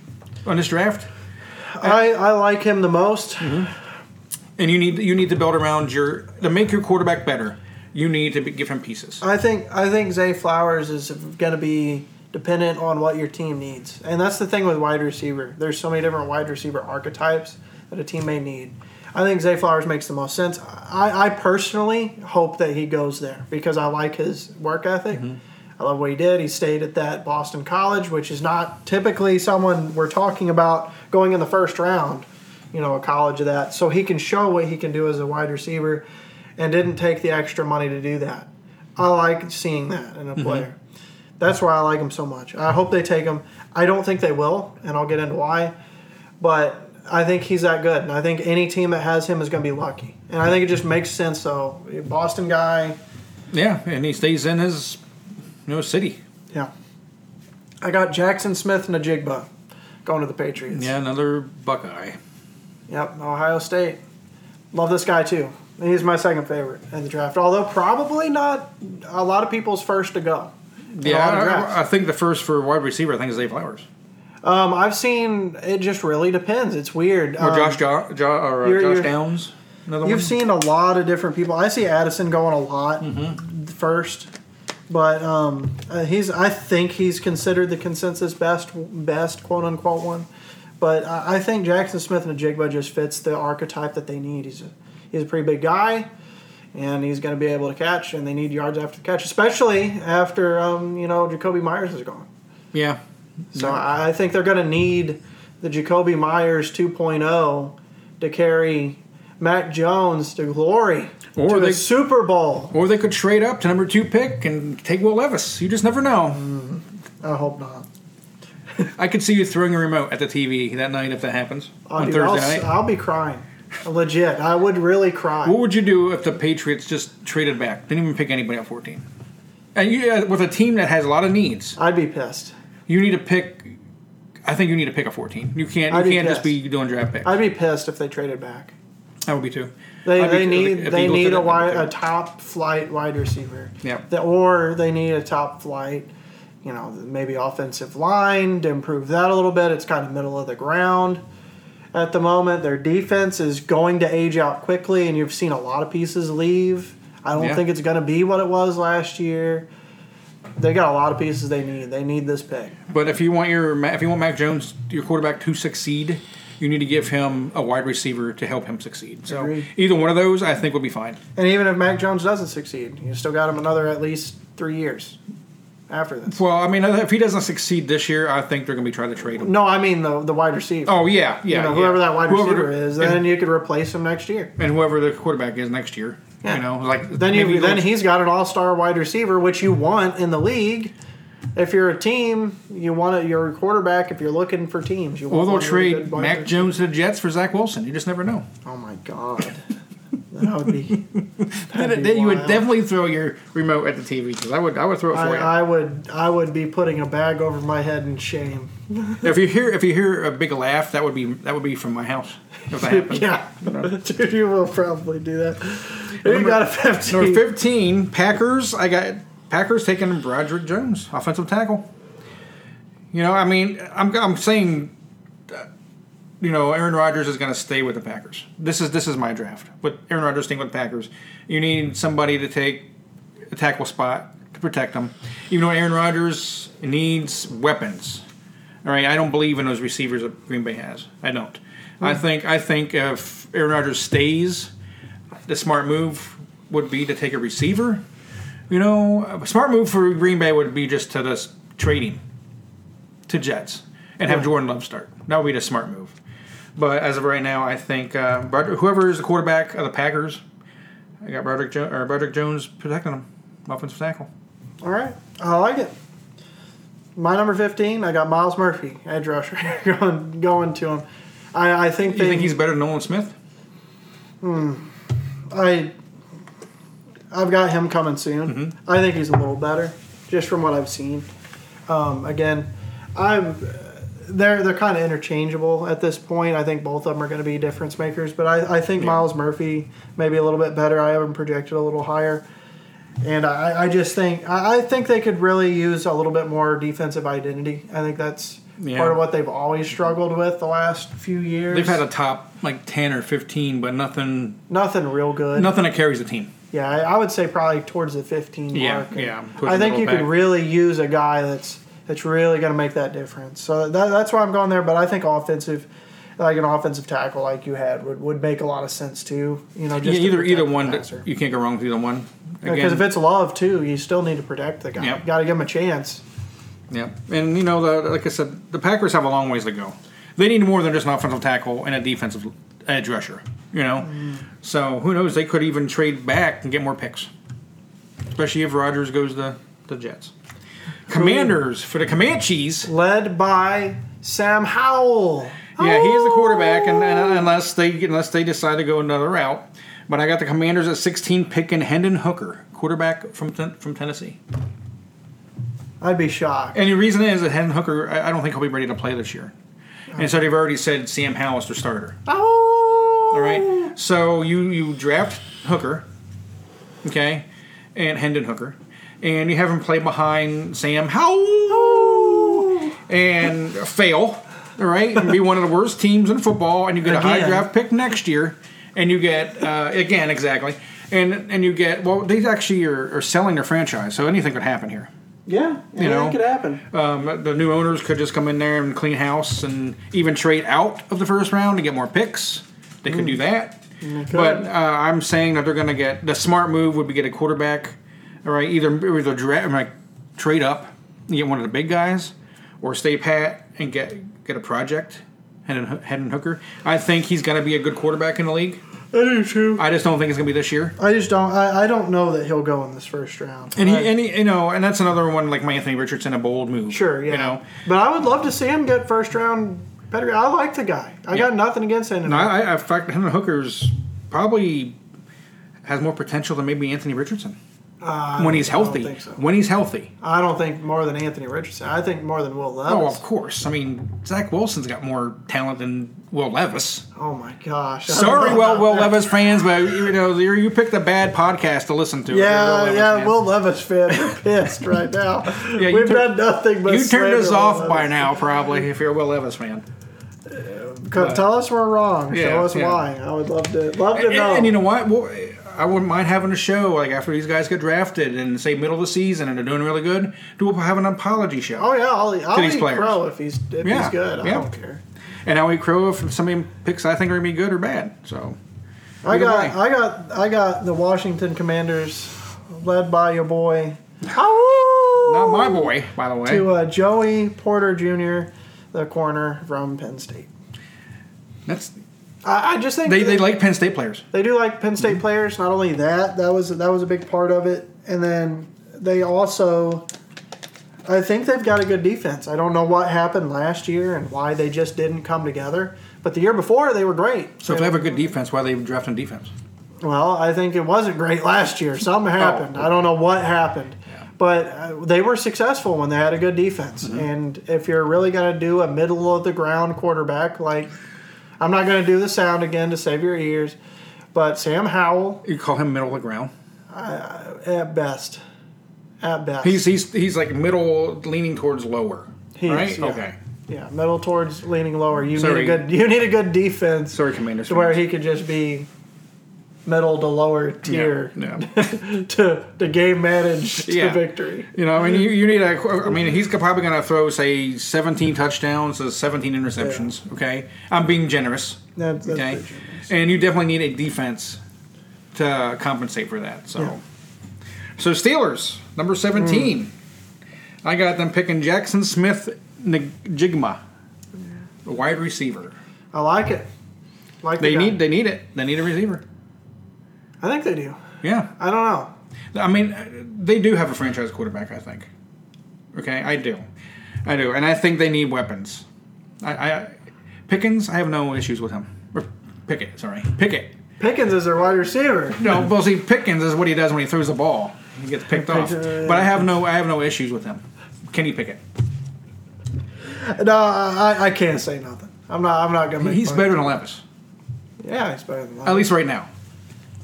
on this draft. I, I like him the most. And you need you need to build around your to make your quarterback better. You need to be, give him pieces. I think I think Zay Flowers is going to be dependent on what your team needs, and that's the thing with wide receiver. There's so many different wide receiver archetypes that a team may need. I think Zay Flowers makes the most sense. I, I personally hope that he goes there because I like his work ethic. I love what he did. He stayed at that Boston College, which is not typically someone we're talking about going in the first round, you know, a college of that. So he can show what he can do as a wide receiver and didn't take the extra money to do that. I like seeing that Mm-hmm. in a player. That's why I like him so much. I hope they take him. I don't think they will, and I'll get into why. But I think he's that good, and I think any team that has him is going to be lucky. And I think it just makes sense, though. Boston guy, Yeah, and he stays in his you know city. yeah. I got Jackson Smith and a Jigba going to the Patriots. Yeah, another Buckeye. Yep, Ohio State. Love this guy too. He's my second favorite in the draft, although probably not a lot of people's first to go. in a Yeah, lot of drafts. I, I think the first for wide receiver, I think, is Zay Flowers Um, I've seen it. Just really depends. It's weird. or Um, Josh jo- jo- or uh, you're- Josh you're- Downs. Another You've one. seen a lot of different people. I see Addison going a lot first, but um, uh, he's. I think he's considered the consensus best, best quote unquote one. But I, I think Jackson Smith and Jigba just fits the archetype that they need. He's a, he's a pretty big guy, and he's going to be able to catch. And they need yards after the catch, especially after um, you know Jacoby Myers is gone. Yeah, So I I think they're going to need the Jacoby Myers 2.0 to carry Mac Jones to glory Or to they- the Super Bowl. or they could trade up to number two pick and take Will Levis. You just never know. I hope not. I could see you throwing a remote at the TV that night if that happens Oh, on dude, I'll, Thursday s- night. I'll be crying. Legit, I would really cry. What would you do if the Patriots just traded back, didn't even pick anybody at fourteen? And you, uh, with a team that has a lot of needs, I'd be pissed. you need to pick. I think you need to pick a fourteen. You can't. I'd be You can't just pissed. be doing draft picks. I'd be pissed if they traded back. that would be two. They, I'd be they too- need if the they Eagles did need that, a I'd be wide, too. a top flight wide receiver. Yeah. The- or they need a top flight, you know, maybe offensive line to improve that a little bit. It's kind of middle of the ground at the moment. Their defense is going to age out quickly, and you've seen a lot of pieces leave. I don't Yeah. think it's going to be what it was last year. They got a lot of pieces they need. They need this pick. But if you want your if you want Mac Jones, your quarterback to succeed, you need to give him a wide receiver to help him succeed. So Agreed. either one of those, I think, would be fine. And even if Mac Jones doesn't succeed, you still got him another at least three years after this. Well, I mean, if he doesn't succeed this year, I think they're going to be trying to trade him. No, I mean the the wide receiver. Oh yeah, yeah. you know, yeah. whoever that wide Whoever- receiver is, then and, you could replace him next year. and whoever the quarterback is next year. Yeah. You know, like Then you maybe then they'll- he's got an all star wide receiver, which you want in the league. If you're a team, you want a, your quarterback. If you're looking for teams, you Or want. they'll one really trade good wide Mac receiver. Jones to the Jets for Zach Wilson. You just never know. Oh my god, that would be. Then, that'd be then you would wild. definitely throw your remote at the TV because I would I would throw it for you. I, I would I would be putting a bag over my head in shame. if you hear if you hear a big laugh, that would be that would be from my house if that happens. Yeah, dude, you will probably do that. You Number- got a fifteen. Number 15, Packers. I got Packers taking Broderick Jones, offensive tackle. You know, I mean, I'm, I'm saying, uh, you know, Aaron Rodgers is going to stay with the Packers. This is this is my draft. With Aaron Rodgers staying with the Packers, you need somebody to take a tackle spot to protect them. Even though Aaron Rodgers needs weapons. All right, I don't believe in those receivers that Green Bay has. I don't. I think I think if Aaron Rodgers stays, the smart move would be to take a receiver. You know, a smart move for Green Bay would be just to just trading to Jets and have Jordan Love start. That would be the smart move. But as of right now, I think uh, Brod- whoever is the quarterback of the Packers, I got Broderick, jo- or Broderick Jones protecting them, offensive tackle. All right, I like it. My number fifteen, I got Miles Murphy, edge rusher, going going to him. I, I think You they. think he's better than Nolan Smith? I. I've got him coming soon. Mm-hmm. I think he's a little better, just from what I've seen. Um, again, I'm. They're they're kind of interchangeable at this point. I think both of them are going to be difference makers, but I, I think Miles Murphy maybe a little bit better. I have him projected a little higher. And I, I just think I I think they could really use a little bit more defensive identity. I think that's Yeah. part of what they've always struggled with the last few years. They've had a top like ten or fifteen, but nothing, nothing real good. nothing that carries the team. Yeah, I, I would say probably towards the 15 Yeah, mark. And yeah, push I a think little you could back. really use a guy that's that's really going to make that difference. So that, that's why I'm going there. But I think offensive, like an offensive tackle like you had, would, would make a lot of sense too. You know, just yeah, to either protect either the one. passer. You can't go wrong with either one. Because if Again, it's love too, you still need to protect the guy. Yep. Got to give him a chance. yeah, and you know, the, like I said, the Packers have a long ways to go. They need more than just an offensive tackle and a defensive edge rusher. You know, so who knows? They could even trade back and get more picks, especially if Rodgers goes to the Jets. Commanders for the Comanches. Led by Sam Howell. Yeah, he is the quarterback, and, and unless they unless they decide to go another route, but I got the Commanders at 16, picking Hendon Hooker, quarterback from Ten- from Tennessee. I'd be shocked. And the reason is that Hendon Hooker, I I don't think he'll be ready to play this year. And so they've already said Sam Howell is their starter. Oh, All right. So you you draft Hooker, okay, and Hendon Hooker, and you have him play behind Sam Howell and fail. All right, and be one of the worst teams in football, and you get a high Again. draft pick next year, and you get uh, again exactly, and and you get well they actually are, are selling their franchise, so anything could happen here. Yeah, you know. could happen. Um, the new owners could just come in there and clean house and even trade out of the first round to get more picks. They could Mm. do that. But uh, I'm saying that they're going to get the smart move would be get a quarterback, all right? Either either dra- like, trade up and get one of the big guys, or stay pat and get get a project. Hendon, Hendon Hooker. I think he's going to be a good quarterback in the league. I do too. I just don't think it's going to be this year. I just don't. I, I don't know that he'll go in this first round. And, I- he, and he, you know, and that's another one like my Anthony Richardson, a bold move. Sure, yeah. You know, But I would love to see him get first round pedigree. I like the guy. I Yeah. got nothing against him. No, I, I, in fact, Hendon Hooker's probably has more potential than maybe Anthony Richardson Uh, when he's healthy. I don't think so. When he's healthy. I don't think more than Anthony Richardson. I think more than Will Oh, Levis. of course. I mean, Zach Wilson's got more talent than Will Levis. Oh, my gosh. I don't Sorry, know well, about Will that. Levis fans, but you know you you picked a bad podcast to listen to. if you're a Yeah, Will Levis yeah. Will fan. Levis fan are pissed right now. you We've tur- done nothing but you turned slander us Will off by Levis. now, probably, if you're a Will Levis fan. Come, tell us we're wrong. Yeah, Show us yeah. why. I would love to love to And, know. and you know what? Well, I wouldn't mind having a show like after these guys get drafted and say middle of the season and they're doing really good. Do we have an apology show? oh yeah, I'll, I'll to these eat players. crow if he's if Yeah, he's good. I yeah. don't care. And now we crow if somebody picks I think are gonna be good or bad. So I Either got, way. I got, I got the Washington Commanders, led by your boy. Ow! not my boy, eh? by the way. To uh, Joey Porter Jr., the corner from Penn State. That's I, I just think they, they like Penn State players. they do like Penn State players. Not only that, that was that was a big part of it, and then they also. I think they've got a good defense. I don't know what happened last year and why they just didn't come together. But the year before, they were great. So if they have a good defense, why are they drafting defense? Well, I think it wasn't great last year. Something Oh. happened. I don't know what happened. But uh, they were successful when they had a good defense. Mm-hmm. And if you're really going to do a middle of the ground quarterback, like I'm not going to do the sound again to save your ears, but Sam Howell uh, You call him middle of the ground. at best, at best, He's he's he's like middle leaning towards lower. He is, right? yeah. Okay. yeah, middle towards leaning lower. You Sorry. need a good you need a good defense Sorry, Commanders. to where fans. he could just be middle to lower tier Yeah, yeah. to to game manage to Yeah. victory. You know, I mean, you, you need a. I mean, he's probably going to throw say 17 touchdowns to 17 interceptions. Okay, I'm being generous. That- that's okay, pretty and you definitely need a defense to compensate for that. So, so Steelers number 17. Mm. I got them picking Jackson Smith Njigma, the wide receiver. I like it. Like They the guy. need they need it. They need a receiver. I think they do. Yeah, I don't know. I mean, they do have a franchise quarterback, I think. Okay, I do, I do, and I think they need weapons. I, I Pickens, I have no issues with him. Or Pickett, sorry, Pickett. Pickens is their wide receiver. No, well, see, Pickens is what he does when he throws the ball. He gets picked off. But I have no, I have no issues with him. Kenny Pickett, No, I, I can't say nothing. I'm not. I'm not gonna. Make he's fun. better than Levis, Yeah, he's better than. Levis. at least right now.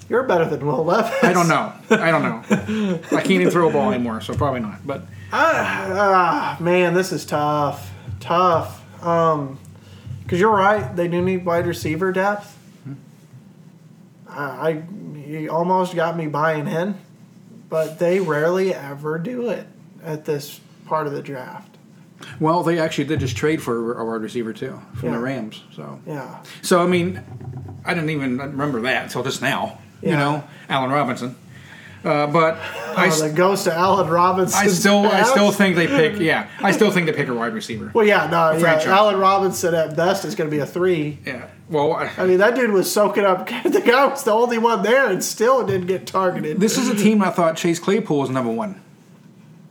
you're better than Will Levis. I don't know. I don't know. I can't even throw a ball anymore, so probably not. But Ah, ah, man, this is tough. Tough. Um, because you're right. They do need wide receiver depth. I, I he almost got me buying in, but they rarely ever do it at this part of the draft. well, they actually did just trade for a wide receiver too from Yeah. the Rams. So Yeah. So I mean, I didn't even remember that until just now. You Yeah. know, Alan Robinson. Uh, but I, Oh, s- the ghost of Allen Robinson. I still, I still think they pick. Yeah, I still think they pick a wide receiver. Well, yeah, no, yeah. franchise. Allen Robinson at best is going to be a three. Yeah. Well, I, I mean, that dude was soaking up. The guy was the only one there, and still didn't get targeted. this is a team I thought Chase Claypool was number one.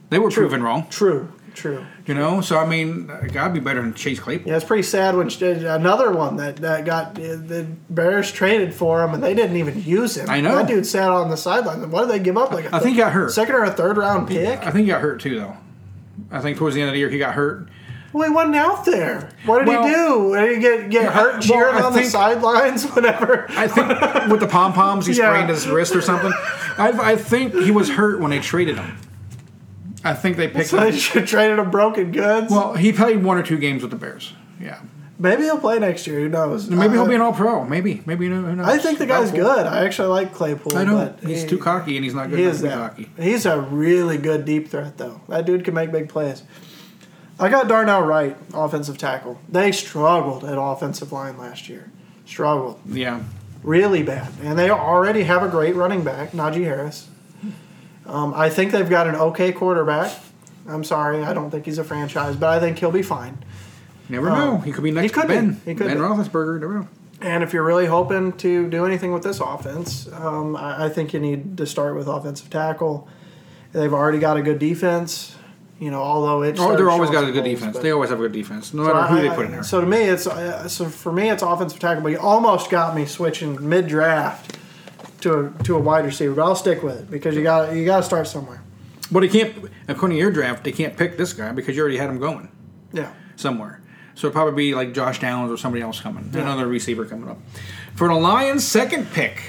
They were proven wrong. true, true. You know, so I mean, gotta be better than Chase Claypool. Yeah, it's pretty sad when she, another one that that got the Bears traded for him, and they didn't even use him. I know. that dude sat on the sideline. Why did they give up? Like a I think he got hurt. second or a third round pick. I think he got hurt too, though. I think towards the end of the year he got hurt. Well, he wasn't out there. What did Well- he do? Did he get get hurt Well, cheering I on the think- sidelines? Whatever. I think with the pom poms, he Yeah. sprained his wrist or something. I, I think he was hurt when they traded him. I think they picked so they him. should trade him broken goods. Well, he played one or two games with the Bears. Yeah, maybe he'll play next year. Who knows? maybe he'll be I, an All Pro. Maybe, maybe you know. who knows? Uh, I think the guy's Doubtful. good. I actually like Claypool. I know Oh, but he's he- too cocky and he's not good He enough is to be that. cocky. He's a really good deep threat, though. That dude can make big plays. I got Darnell Wright, offensive tackle. They struggled at offensive line last year. Struggled Yeah, really bad, and they already have a great running back, Najee Harris. Um, I think they've got an okay quarterback. I'm sorry, I don't think he's a franchise, but I think he'll be fine. never Um, know. He could be next. he could be. Ben. He could Ben be. Roethlisberger. Never know. And if you're really hoping to do anything with this offense, um, I, I think you need to start with offensive tackle. They've already got a good defense, you know. Although it Oh, started they're always showing got a some good holes, defense. but- They always have a good defense, no so matter who I- they put in there. So to me, it's uh, so for me, it's offensive tackle. But you almost got me switching mid draft to a to a wide receiver. But I'll stick with it because you got you got to start somewhere. But they can't, according to your draft, they can't pick this guy because you already had him going Yeah. somewhere. So it'd probably be like Josh Downs or somebody else coming, another receiver coming up. For the Lions' second pick,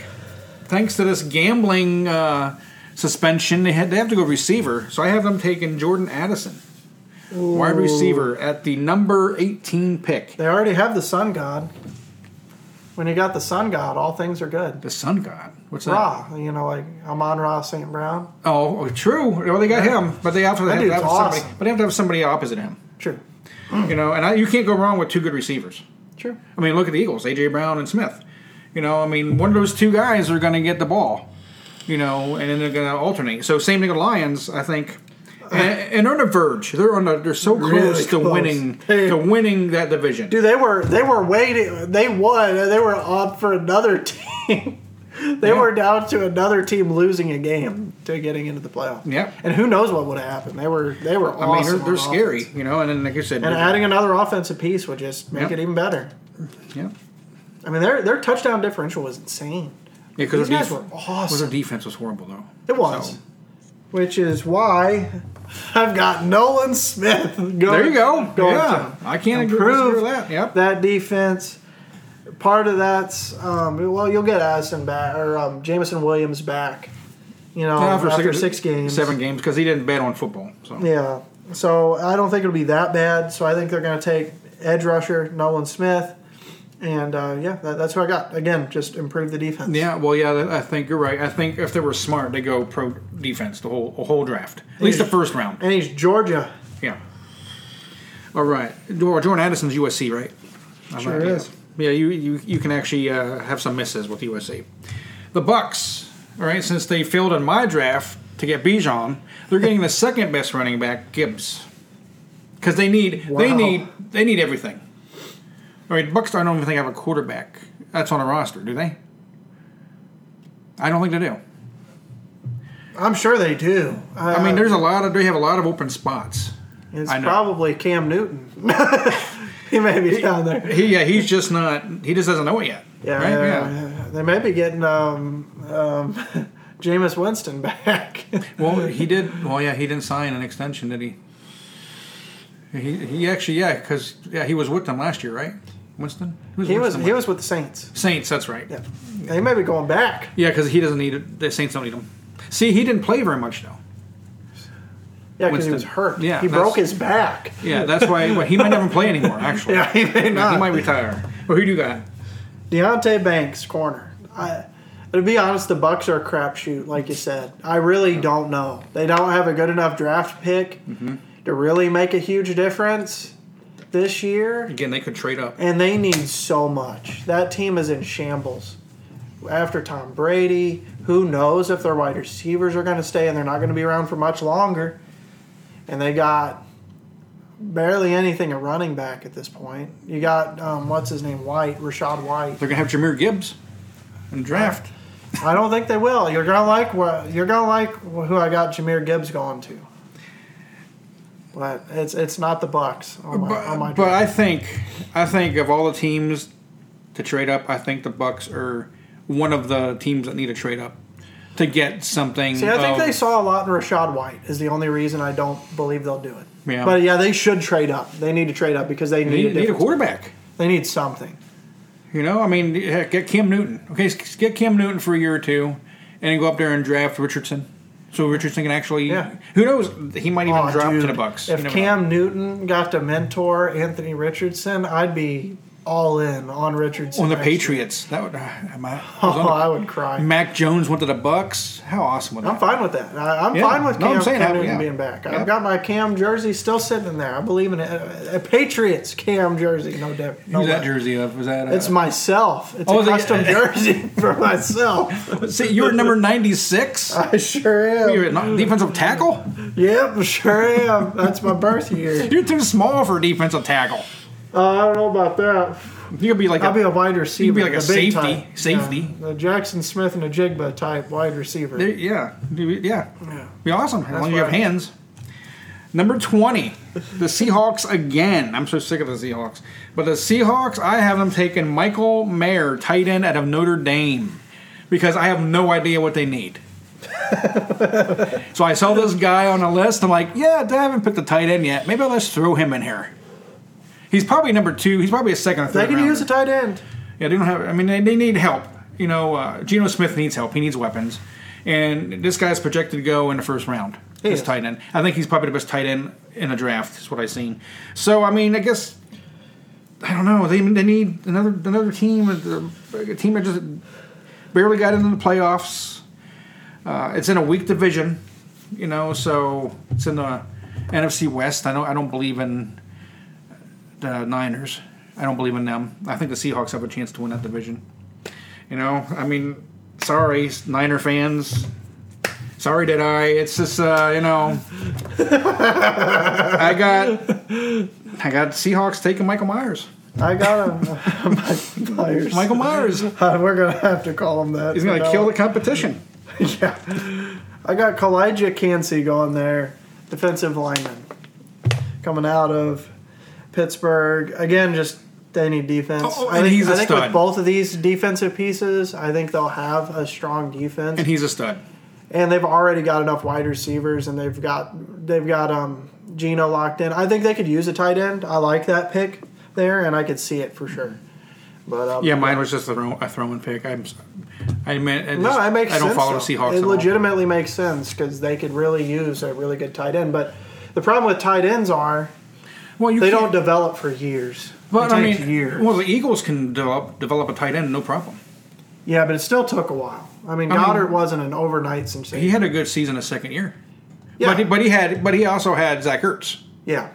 thanks to this gambling uh, suspension, they had they have to go receiver. So I have them taking Jordan Addison, wide receiver, at the number eighteen pick. They already have the sun god. When you got the sun god, all things are good. The Sun God. What's that? Ra, you know, like Amon Ra St. Brown. Oh, oh, true. Well, they got him, but they have to, That have, to dude's have awesome. somebody. But they have to have somebody opposite him. True. You know, and I, you can't go wrong with two good receivers. True. I mean, look at the Eagles, AJ Brown and Smith. You know, I mean, one of those two guys are going to get the ball. You know, and then they're going to alternate. So same thing with the Lions, I think. And, and on the verge, they're on. The, they're so close Really to close. winning Hey. to winning that division. Dude, they were they were waiting. They won. They were up for another team. they Yeah. were down to another team losing a game to getting into the playoff. Yep. And who knows what would have happened? They were they were. I mean, awesome they're, on they're scary. offense. You know, and then like I said, And they're- adding another offensive piece would just make Yep. it even better. yeah, I mean, their their touchdown differential was insane. These because their, guys def- were well, awesome. their defense was horrible though. It was, So, which is why I've got Nolan Smith. Going, there you go. going to yeah, him. I can't Improve agree with that. Yep. that defense. Part of that's um, well, you'll get Addison back or um, Jamison Williams back. You know, Yeah, Um, after, six, games, seven games, because he didn't bet on football. So Yeah, so I don't think it'll be that bad. So I think they're going to take edge rusher Nolan Smith, and uh, yeah, that, that's what I got. Again, just improve the defense. Yeah, well, yeah, I think you're right. I think if they were smart, they go pro defense the whole a whole draft, at least the first round. and he's Georgia. Yeah. All right, well, Jordan Addison's USC, right? I have no Sure idea. is. Yeah, you you, you can actually uh, have some misses with USC. The Bucks, all right, since they failed in my draft to get Bijan, they're getting the second best running back, Gibbs, because they need they Wow. need they need everything. All right, Bucks. I don't even think have a quarterback that's on a roster, do they? I don't think they do. I'm sure they do. I Uh, mean, there's a lot of they have a lot of open spots. it's I know. probably Cam Newton. he may be down there. He yeah, he's just not. He just doesn't know it yet. Yeah, right? yeah, yeah. They may be getting um, um, Jameis Winston back. Well, he did. Well, yeah, he didn't sign an extension, did he? He, he actually yeah, because yeah, he was with them last year, right? Winston. Who he was Winston he with? was with the Saints. Saints. That's right. Yeah, they may be going back. Yeah, because he doesn't need it. The Saints don't need him. See, he didn't play very much though. Yeah, because he Winston. was hurt. Yeah, he that's- broke his back. Yeah, that's why well, he might never play anymore. Actually, Yeah, he may he not. might retire. Well, who do you got? Deontay Banks corner. I, to be honest, the Bucks are a crapshoot, like you said. I really don't know. They don't have a good enough draft pick Mm-hmm. to really make a huge difference this year. Again, they could trade up. and they need so much. That team is in shambles. After Tom Brady, who knows if their wide receivers are going to stay and they're not going to be around for much longer. And they got barely anything a running back at this point. You got um, what's his name, White, Rashad White. They're gonna have Jameer Gibbs and draft. I don't think they will. You're gonna like what you're gonna like who I got Jameer Gibbs going to. But it's it's not the Bucks on my, on my But, but I think I think of all the teams to trade up, I think the Bucks are one of the teams that need to trade up. to get something. See, I think of- they saw a lot in Rashad White. Is the only reason I don't believe they'll do it. Yeah. But yeah, they should trade up. They need to trade up because they they need, need, a a difference. quarterback. They need something. You know, I mean, heck, get Cam Newton. Okay, s- get Cam Newton for a year or two, and then go up there and draft Richardson. So Richardson can actually, Yeah. who knows? He might even Aw, drop to dude, the Bucks. If You never know. Cam Newton got to mentor Anthony Richardson, I'd be all in on Richardson. on the next year. Patriots, that would. Uh, am I- I Oh, was on the- I would cry. Mac Jones went to the Bucks. How awesome would that? I'm fine with that. I, I'm Yeah. fine with No, I'm Cam, saying Cam that, Newton yeah. being back. Yeah. I've got my Cam jersey still sitting there. I believe in it. A, a Patriots Cam jersey, no doubt. No Who's that doubt. jersey of? Was that? Uh, It's myself. It's Oh, a is it- custom jersey for myself. See, you were number ninety six. I sure You're am. a no- defensive tackle. Yep, sure am. That's my birth year. You're too small for a defensive tackle. Uh, I don't know about that. You could be like I'll a, be a wide receiver. You'd be like a the big safety- type. safety. Yeah, the Jackson Smith and a Jigba type wide receiver. there- yeah, yeah, Yeah. be awesome as That's long as you what have I- hands. Number twenty, the Seahawks again. I'm so sick of the Seahawks, but the Seahawks. I have them taking Michael Mayer, tight end out of Notre Dame, because I have no idea what they need. so I saw this guy on a list. I'm like, yeah, they haven't picked the tight end yet. Maybe let's throw him in here. He's probably number two. He's probably a second or third. They could rounder. use a tight end. Yeah, they don't have. I mean, they, they need help. You know, uh, Geno Smith needs help. He needs weapons, and this guy's projected to go in the first round. He this is. tight end. I think he's probably the best tight end in the draft. Is what I've seen. So I mean, I guess I don't know. They they need another another team. uh, A team that just barely got into the playoffs. Uh, it's in a weak division, you know. So it's in the NFC West. I don't I don't believe in the Niners. I don't believe in them. I think the Seahawks have a chance to win that division. You know, I mean, sorry, Niner fans. Sorry, did I? It's just uh, you know, I got I got Seahawks taking Michael Myers. I got him. Mike Myers. Michael Myers. Uh, we're gonna have to call him that. He's gonna kill the competition. the. yeah. I got Kalijah Cansey going there, defensive lineman, coming out of Pittsburgh. Again, just they need defense. Oh, oh, I and think, he's a I think stud. with both of these defensive pieces, I think they'll have a strong defense. And he's a stud. and they've already got enough wide receivers, and they've got they've got um, Gino locked in. I think they could use a tight end. I like that pick there, and I could see it for sure. But um, Yeah, mine was just a, throw, a throwing pick. I'm, s- I meant I no, just- it makes I don't sense, follow though. the Seahawks. It at all. legitimately makes sense because they could really use a really good tight end. But the problem with tight ends are Well, you they can't- don't develop for years. But it I takes mean, years. well, the Eagles can develop develop a tight end, no problem. yeah, but it still took a while. I mean, I mean- Goddard wasn't an overnight sensation. He had a good season his second year. yeah, But he, but he had but he also had Zach Ertz. yeah.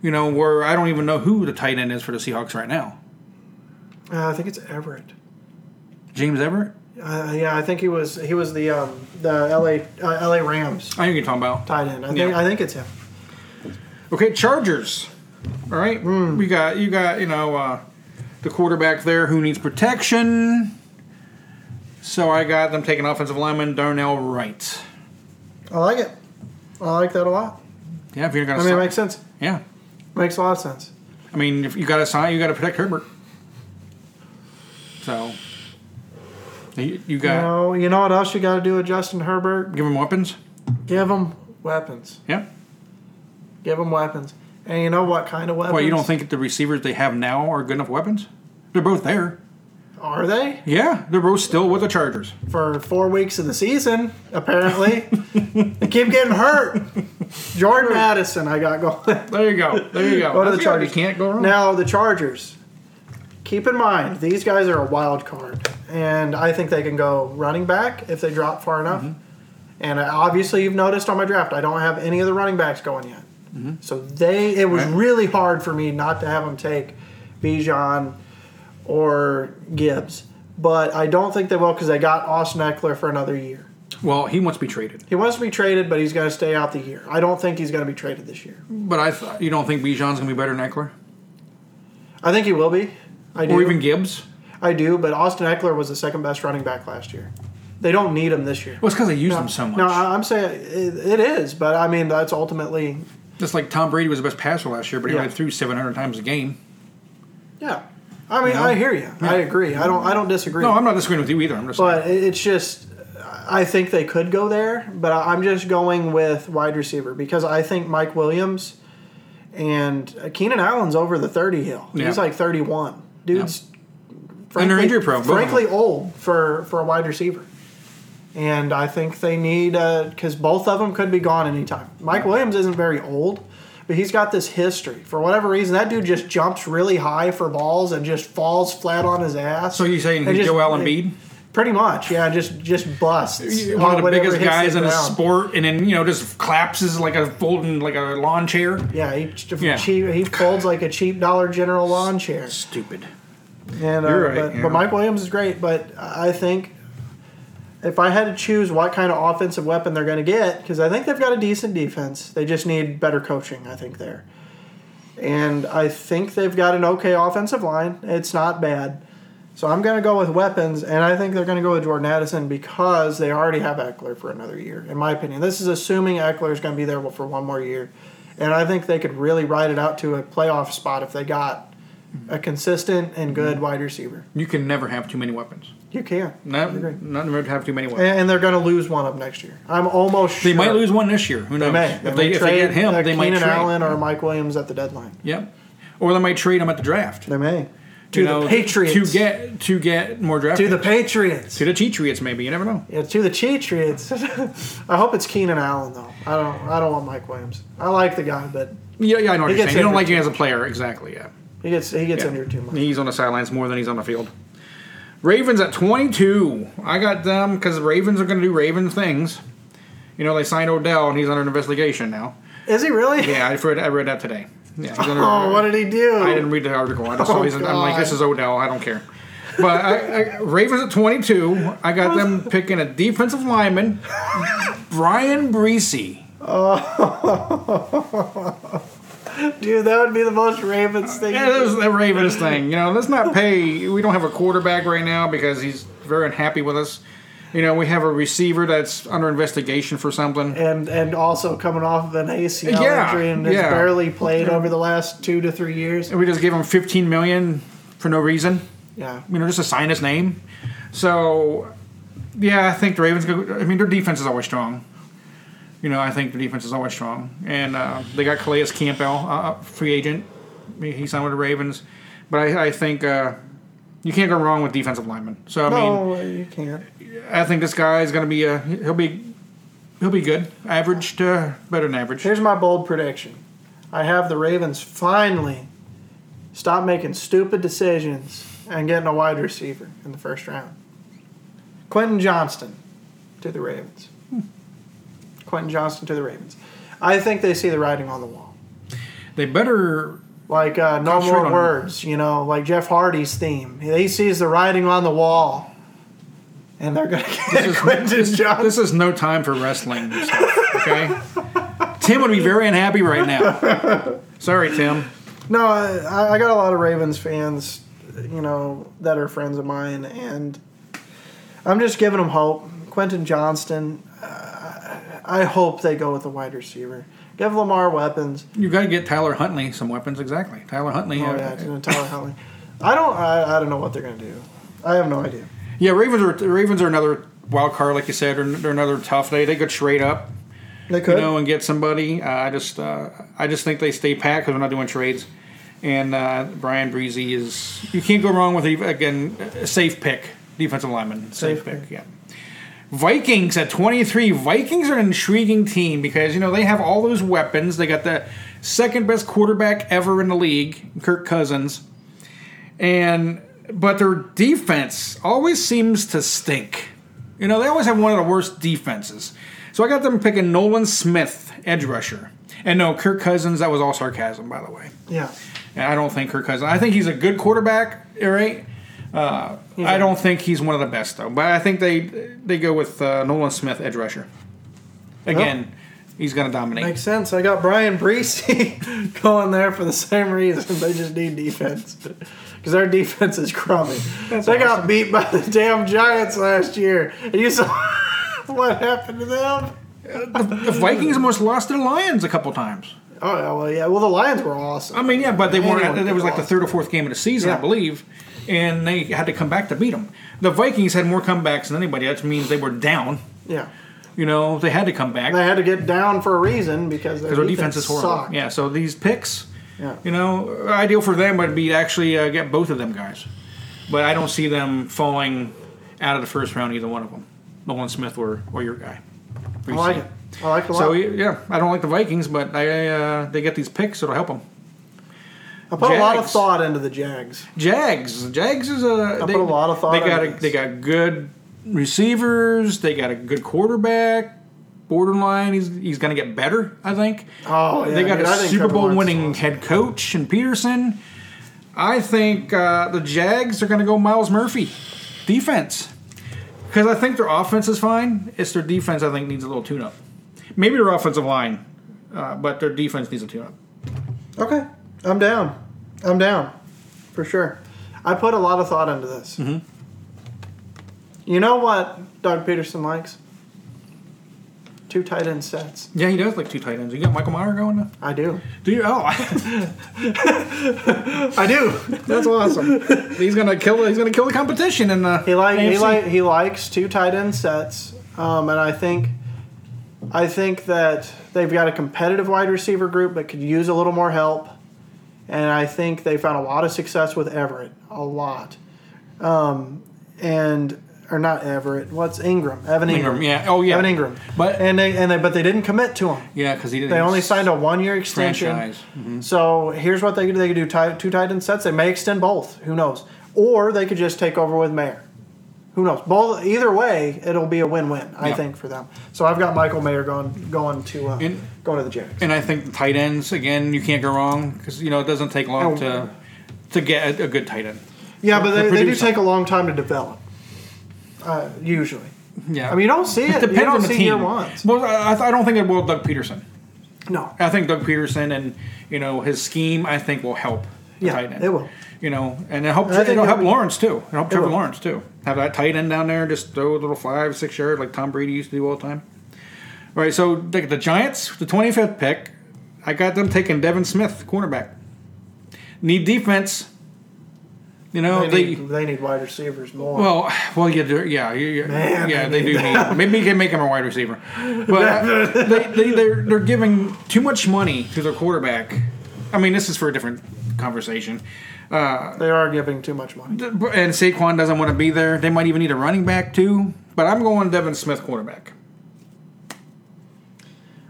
You know, where I don't even know who the tight end is for the Seahawks right now. Uh, I think it's Everett. James Everett. Uh, yeah, I think he was he was the um, the LA uh, LA Rams I know who you're talking about. tight end. I think Yeah. I think it's him. Okay, Chargers. All right, Hmm. we got you got you know uh, the quarterback there who needs protection. So I got them taking offensive lineman Darnell Wright. I like it. I like that a lot. Yeah, if you're I gonna, mean, it sign- makes sense. yeah, Makes a lot of sense. I mean if you got to sign, you got to protect Herbert. So you, you got You know, you know what else you got to do with Justin Herbert? give him weapons. Give him weapons. Yeah. Give him weapons. And you know what kind of weapons? Well, you don't think the receivers they have now are good enough weapons? They're both there. Are they? Yeah, they're both still with the Chargers. For four weeks of the season, apparently. they keep getting hurt. Jordan Addison, I got going. There you go. There you go. What are the That's good. You Chargers? can't go wrong. Now the Chargers. Keep in mind, these guys are a wild card, and I think they can go running back if they drop far enough. Mm-hmm. And uh, obviously, you've noticed on my draft, I don't have any of the running backs going yet. So they, it was Mm-hmm. Right. really hard for me not to have them take Bijan or Gibbs, but I don't think they will because they got Austin Eckler for another year. well, he wants to be traded. He wants to be traded, but he's going to stay out the year. I don't think he's going to be traded this year. But I, th- you don't think Bijan's gonna be better than Eckler I think he will be. I do. or even Gibbs? I do, but Austin Eckler was the second best running back last year. They don't need him this year. Well, it's because they use him so much. No, I- I'm saying it, it is, but I mean that's ultimately, Just like Tom Brady was the best passer last year, but he Yeah. only threw 700 times a game. yeah. I mean, Yeah. I hear you. I agree. I don't. I don't disagree. No, I'm not disagreeing with you either. I'm just but it, it's just, I- I think they could go there, but I- I'm just going with wide receiver because I think Mike Williams and Keenan Allen's over the 30 hill. Yeah. He's like 31. Dude's And they're injury prone, both of frankly old for, for a wide receiver. And I think they need, because both of them could be gone anytime. Mike Williams isn't very old, but he's got this history. For whatever reason, that dude just jumps really high for balls and just falls flat on his ass. So you're saying And he's just- Joel Embiid? Pretty much, yeah. Just just busts. one of on the whatever biggest hits guys the in a ground. sport, and then you know just collapses like a folding like a lawn chair. Yeah, he ch- Yeah. cheap- he folds like a cheap Dollar General lawn chair. Stupid. And uh, You're right, but, yeah. but Mike Williams is great. But I think if I had to choose what kind of offensive weapon they're going to get, because I think they've got a decent defense, they just need better coaching. I think there, and I think they've got an okay offensive line. It's not bad. So I'm going to go with weapons, and I think they're going to go with Jordan Addison because they already have Eckler for another year, in my opinion. This is assuming Eckler is going to be there for one more year, and I think they could really ride it out to a playoff spot if they got a consistent and Mm-hmm. good wide receiver. You can never have too many weapons. You can, Not agree. not never have too many and, weapons. and they're going to lose one of them next year. I'm almost They sure. might lose one this year. Who They knows? may. If they, if they get him, uh, they might Keenan trade. Allen or Mike Williams at the deadline. Yep. Or they might trade him at the draft. They may to You the know, Patriots. to get to get more draft. to the picks. Patriots. to the Patriots, maybe you never know. Yeah, to the Patriots. I hope it's Keenan Allen though. I don't. I don't want Mike Williams. I like the guy, but Yeah, yeah, I know what He you're gets saying. You don't injured. like him as a player, exactly. Yeah. he gets he gets Yeah. injured too much. He's on the sidelines more than he's on the field. Ravens at 22. I got them because Ravens are going to do Raven things. You know, they signed Odell and he's under investigation now. Is he really? Yeah, I read, I read that today. Yeah, he's under, Oh, what did he do? I didn't read the article. I just saw Oh, he's. I'm like, God. this is Odell. I don't care. But I, I, Ravens at 22. I got them picking a defensive lineman, Brian Breesy. Dude, that would be the most Ravens thing. Uh, Yeah, that was the Ravens thing. You know, let's not pay. We don't have a quarterback right now because he's very unhappy with us. You know, we have a receiver that's under investigation for something. and and also coming off of an ACL Yeah, injury and has yeah. barely played over the last two to three years. And we just give him 15 million for no reason. Yeah, You know, just to sign his name. So, yeah, I think the Ravens. Go, I mean, their defense is always strong. You know, I think their defense is always strong, and uh, they got Calais Campbell, uh, free agent. He he signed with the Ravens, but I, I think uh, you can't go wrong with defensive linemen. So I mean. no, you can't. I think this guy is going to be a he'll be he'll be good, average to better than average. Here's my bold prediction. I have the Ravens finally stop making stupid decisions and getting a wide receiver in the first round. Quentin Johnston to the Ravens. Hmm. Quentin Johnston to the Ravens. I think they see the writing on the wall. They better Like uh, no Concentrate more on- words, you know, like Jeff Hardy's theme. He sees the writing on the wall, and they're gonna get this is- Quentin Johnston. This is no time for wrestling stuff. Okay, Tim would be very unhappy right now. Sorry, Tim. No, I, I got a lot of Ravens fans, you know, that are friends of mine, and I'm just giving them hope. Quentin Johnston, uh, I hope they go with the wide receiver. Give Lamar weapons. You got to get Tyler Huntley some weapons. Exactly, Tyler Huntley. Oh uh, yeah, it's yeah. gonna Tyler Huntley. I don't. I, I don't know what they're gonna do. I have no idea. Ravens are Ravens are another wild card, like you said. They're, they're another tough. They they could trade up, They could. you know, and get somebody. Uh, I just uh, I just think they stay pat because we're not doing trades. And uh, Brian Breezy is you can't go wrong with a- again a safe pick defensive lineman safe, Safe pick. pick. yeah. Vikings at 23. Vikings are an intriguing team because you know they have all those weapons. They got the second best quarterback ever in the league, Kirk Cousins, and but their defense always seems to stink. You know, they always have one of the worst defenses. So I got them picking Nolan Smith, edge rusher. And no, Kirk Cousins, that was all sarcasm, by the way. yeah. And I don't think Kirk Cousins, I think he's a good quarterback, all right? Uh, I a- don't think he's one of the best, though. But I think they they go with uh, Nolan Smith, edge rusher. Again, he's going to dominate. Makes sense. I got Brian Breesy going there for the same reason. They just need defense because their defense is crummy. they got beat by the damn Giants last year, and you saw what happened to them. the Vikings almost lost to the Lions a couple times. Oh yeah, well yeah. Well, the Lions were awesome. I mean, yeah, but they weren't. Anyone That was like the could've third or fourth game of the season, I Yeah. believe, and they had to come back to beat them. The Vikings had more comebacks than anybody. That means they were down. Yeah. You know, they had to come back They because had to get down for a reason because their their defense, defense is horrible. sucked. Yeah, so these picks, Yeah. you know, ideal for them would be to actually uh, get both of them guys. But I don't see them falling out of the first round, either one of them. Nolan Smith or, or your guy. I like it. I like it a lot. So, yeah, I don't like the Vikings, but I, uh, they get these picks, it'll help them. I put a lot of Jags. thought into the Jags. Jags. Jags is a. I put a lot of thought They got into this. a, they got good receivers. They got a good quarterback. Borderline, he's he's going to get better. I think. Oh, yeah, they got dude, I a think Super Trevor Bowl Lawrence winning is head coach and Peterson. I think uh, the Jags are going to go Miles Murphy defense because I think their offense is fine. It's their defense I think needs a little tune up. Maybe their offensive line, uh, but their defense needs a tune up. Okay, I'm down. I'm down, for sure. I put a lot of thought into this. Mm-hmm. You know what Doug Peterson likes? Two tight end sets. Yeah, he does like two tight ends. You got Michael Meyer going. now? I do. Do you? Oh. I do. That's awesome. he's gonna kill. He's gonna kill the competition and the. He like he AFC. like he likes two tight end sets, um, and I think, I think that they've got a competitive wide receiver group that could use a little more help, and I think they found a lot of success with Everett, a lot, um, and or not Everett, what's Ingram, Evan Ingram, Ingram, yeah. Oh yeah. Evan Ingram, But and they and they but they didn't commit to him. yeah, because he didn't. They only signed a one year extension. franchise. Mm-hmm. So here's what they could do. They could do tight, two tight end sets. They may extend both. Who knows? Or they could just take over with Mayer. Who knows? Both. Either way, it'll be a win-win. I Yeah. think for them. So I've got Michael Mayer going going to uh, In- going to the Jags. And I think the tight ends again. You can't go wrong because you know it doesn't take long Oh. to to get a, a good tight end. Yeah, but to they, they do produce take a long time to develop. Uh, usually, Yeah. I mean, you don't see it. depends you don't on the see team. year ones. Well, I, I don't think it will Doug Peterson. No. I think Doug Peterson and you know his scheme. I think will help. The Yeah, tight end. it will. You know, and it help, And I think it'll help it'll be- Lawrence too. It'll help Trevor will. Lawrence too. Have that tight end down there, just throw a little five, six yard like Tom Brady used to do all the time. All right, so the, the Giants, the twenty fifth pick, I got them taking Devin Smith, cornerback. Need defense. You know They they. need, they need wide receivers more. well, well, yeah, they're- yeah, yeah, yeah, Man, yeah they they do. Need, maybe you can make him a wide receiver, but uh, they, they they're, they're giving too much money to their quarterback. I mean, this is for a different conversation. they are giving too much money. And Saquon doesn't want to be there. They might even need a running back too. But I'm going Devin Smith quarterback.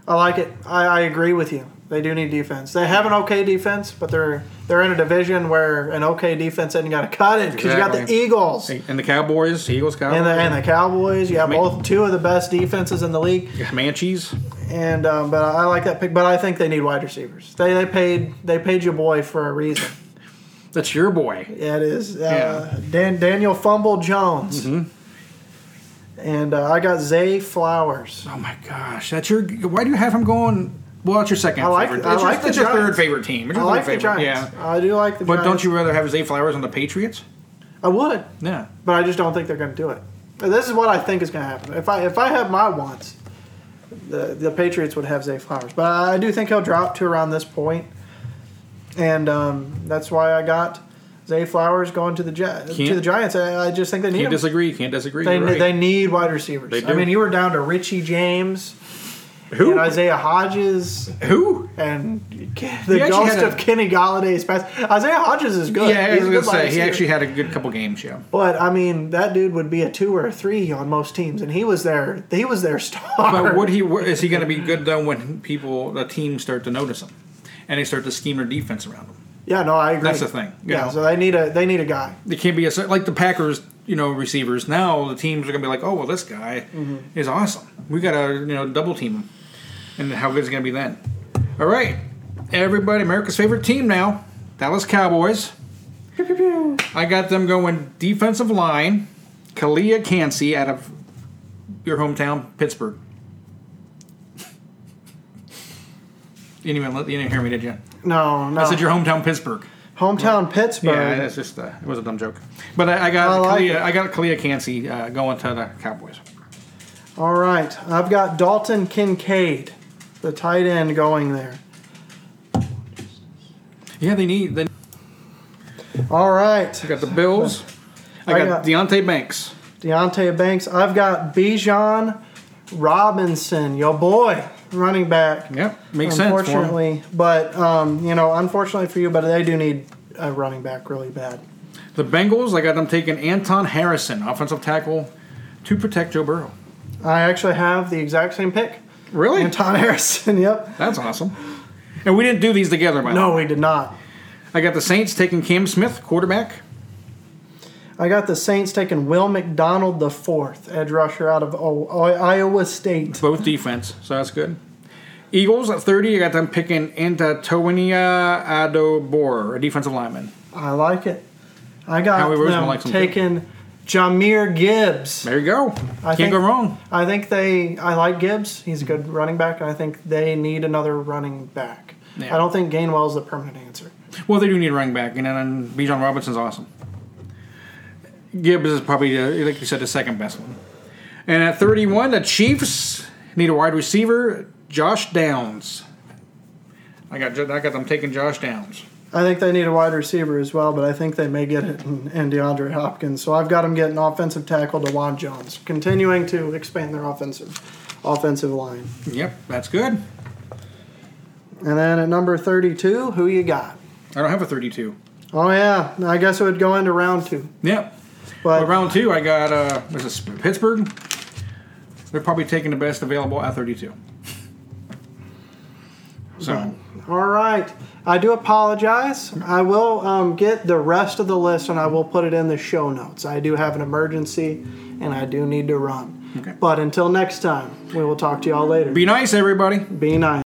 I like it. I, I agree with you. They do need defense. They have an okay defense, but they're they're in a division where an okay defense ain't got to cut it because you got the Exactly. Eagles And the Cowboys, Eagles, Cowboys, and the and the Cowboys. You have Ma- both two of the best defenses in the league. Manchies. And um, but I like that pick. But I think they need wide receivers. They they paid they paid your boy for a reason. That's your boy. Yeah, it is. Uh, Dan, Daniel Fumble Jones. Mm-hmm. And uh, I got Zay Flowers. Oh my gosh, that's your. Why do you have him going? Well, it's your second. I like- favorite. I it's like your, the it's your third Giants. favorite team. It's I your like the third favorite. Giants. Yeah. I do like the. But Giants. don't you rather have Zay Flowers on the Patriots? I would. Yeah. but I just don't think they're going to do it. This is what I think is going to happen. If I if I had my wants, the the Patriots would have Zay Flowers, but I do think he'll drop to around this point, and um, that's why I got Zay Flowers going to the Gi- to Can't- the Giants. I, I just think they need Can't him. disagree. Can't disagree. They, You're right. they need wide receivers. They I do. mean, you were down to Richie James who? and Isaiah Hodges who? and the actually ghost had a- of Kenny Galladay's pass. Isaiah Hodges is good. Yeah, I He's a was gonna good wide say he receiver. actually had a good couple games. Yeah. But I mean, that dude would be a two or a three on most teams, and he was their he was their star. But what he what, is he going to be good though when people the teams start to notice him, and they start to scheme their defense around him? yeah, no, I agree. That's the thing, you Yeah, know. so they need a they need a guy. They can't be a, like the Packers, you know, receivers. Now the teams are going to be like, oh well, this guy Mm-hmm. is awesome. We got to you know double team him, and how good is going to be then? All right, everybody, America's favorite team now, Dallas Cowboys. Pew, pew, pew. I got them going defensive line, Kalia Cansey out of your hometown, Pittsburgh. You didn't even let, you didn't hear me, did you? No, no. I said your hometown, Pittsburgh. hometown Pittsburgh. Yeah, that's just uh, it was a dumb joke. But I, I got I like Kalia, it. I got Kalia Cansey uh, going to the Cowboys. All right, I've got Dalton Kincaid, the tight end, going there. Yeah, they need. They All right, I got the Bills. I got, I got- Deontay Banks. Deontay Banks. I've got Bijan Robinson, your boy, running back. Yep, makes sense. for him. unfortunately, but um, you know, unfortunately for you, but they do need a running back really bad. The Bengals, I got them taking Anton Harrison, offensive tackle, to protect Joe Burrow. I actually have the exact same pick. Really? Anton Harrison. Yep. That's awesome. And we didn't do these together, by the way. No, we did not. I got the Saints taking Cam Smith, quarterback. I got the Saints taking Will McDonald the fourth edge rusher out of O- O- Iowa State. both defense, so that's good. Eagles at 30, I got them picking Antatonia Adobor, a defensive lineman. I like it. I got Howie Roseman them likes him too. taking Jameer Gibbs. There you go. I Can't think- go wrong. I think they. I like Gibbs. He's a good running back, and I think they need another running back. Yeah. I don't think Gainwell's the permanent answer. Well, they do need a running back, and then Bijan Robinson's awesome. Gibbs is probably, uh, like you said, the second best one. And at 31, the Chiefs need a wide receiver, Josh Downs. I got, I got them taking Josh Downs. I think they need a wide receiver as well, but I think they may get it in, in DeAndre Hopkins. So I've got them getting offensive tackle Dewan Jones, continuing to expand their offensive offensive line. Yep, that's good. And then at number thirty-two, who you got? I don't have a 32. Oh yeah, I guess it would go into round two. Yep. But Well, round two, I got uh, was this Pittsburgh? They're probably taking the best available at 32. So all right, I do apologize. I will um, get the rest of the list and I will put it in the show notes. I do have an emergency, and I do need to run. Okay. But until next time, we will talk to y'all later. be nice, everybody. Be nice.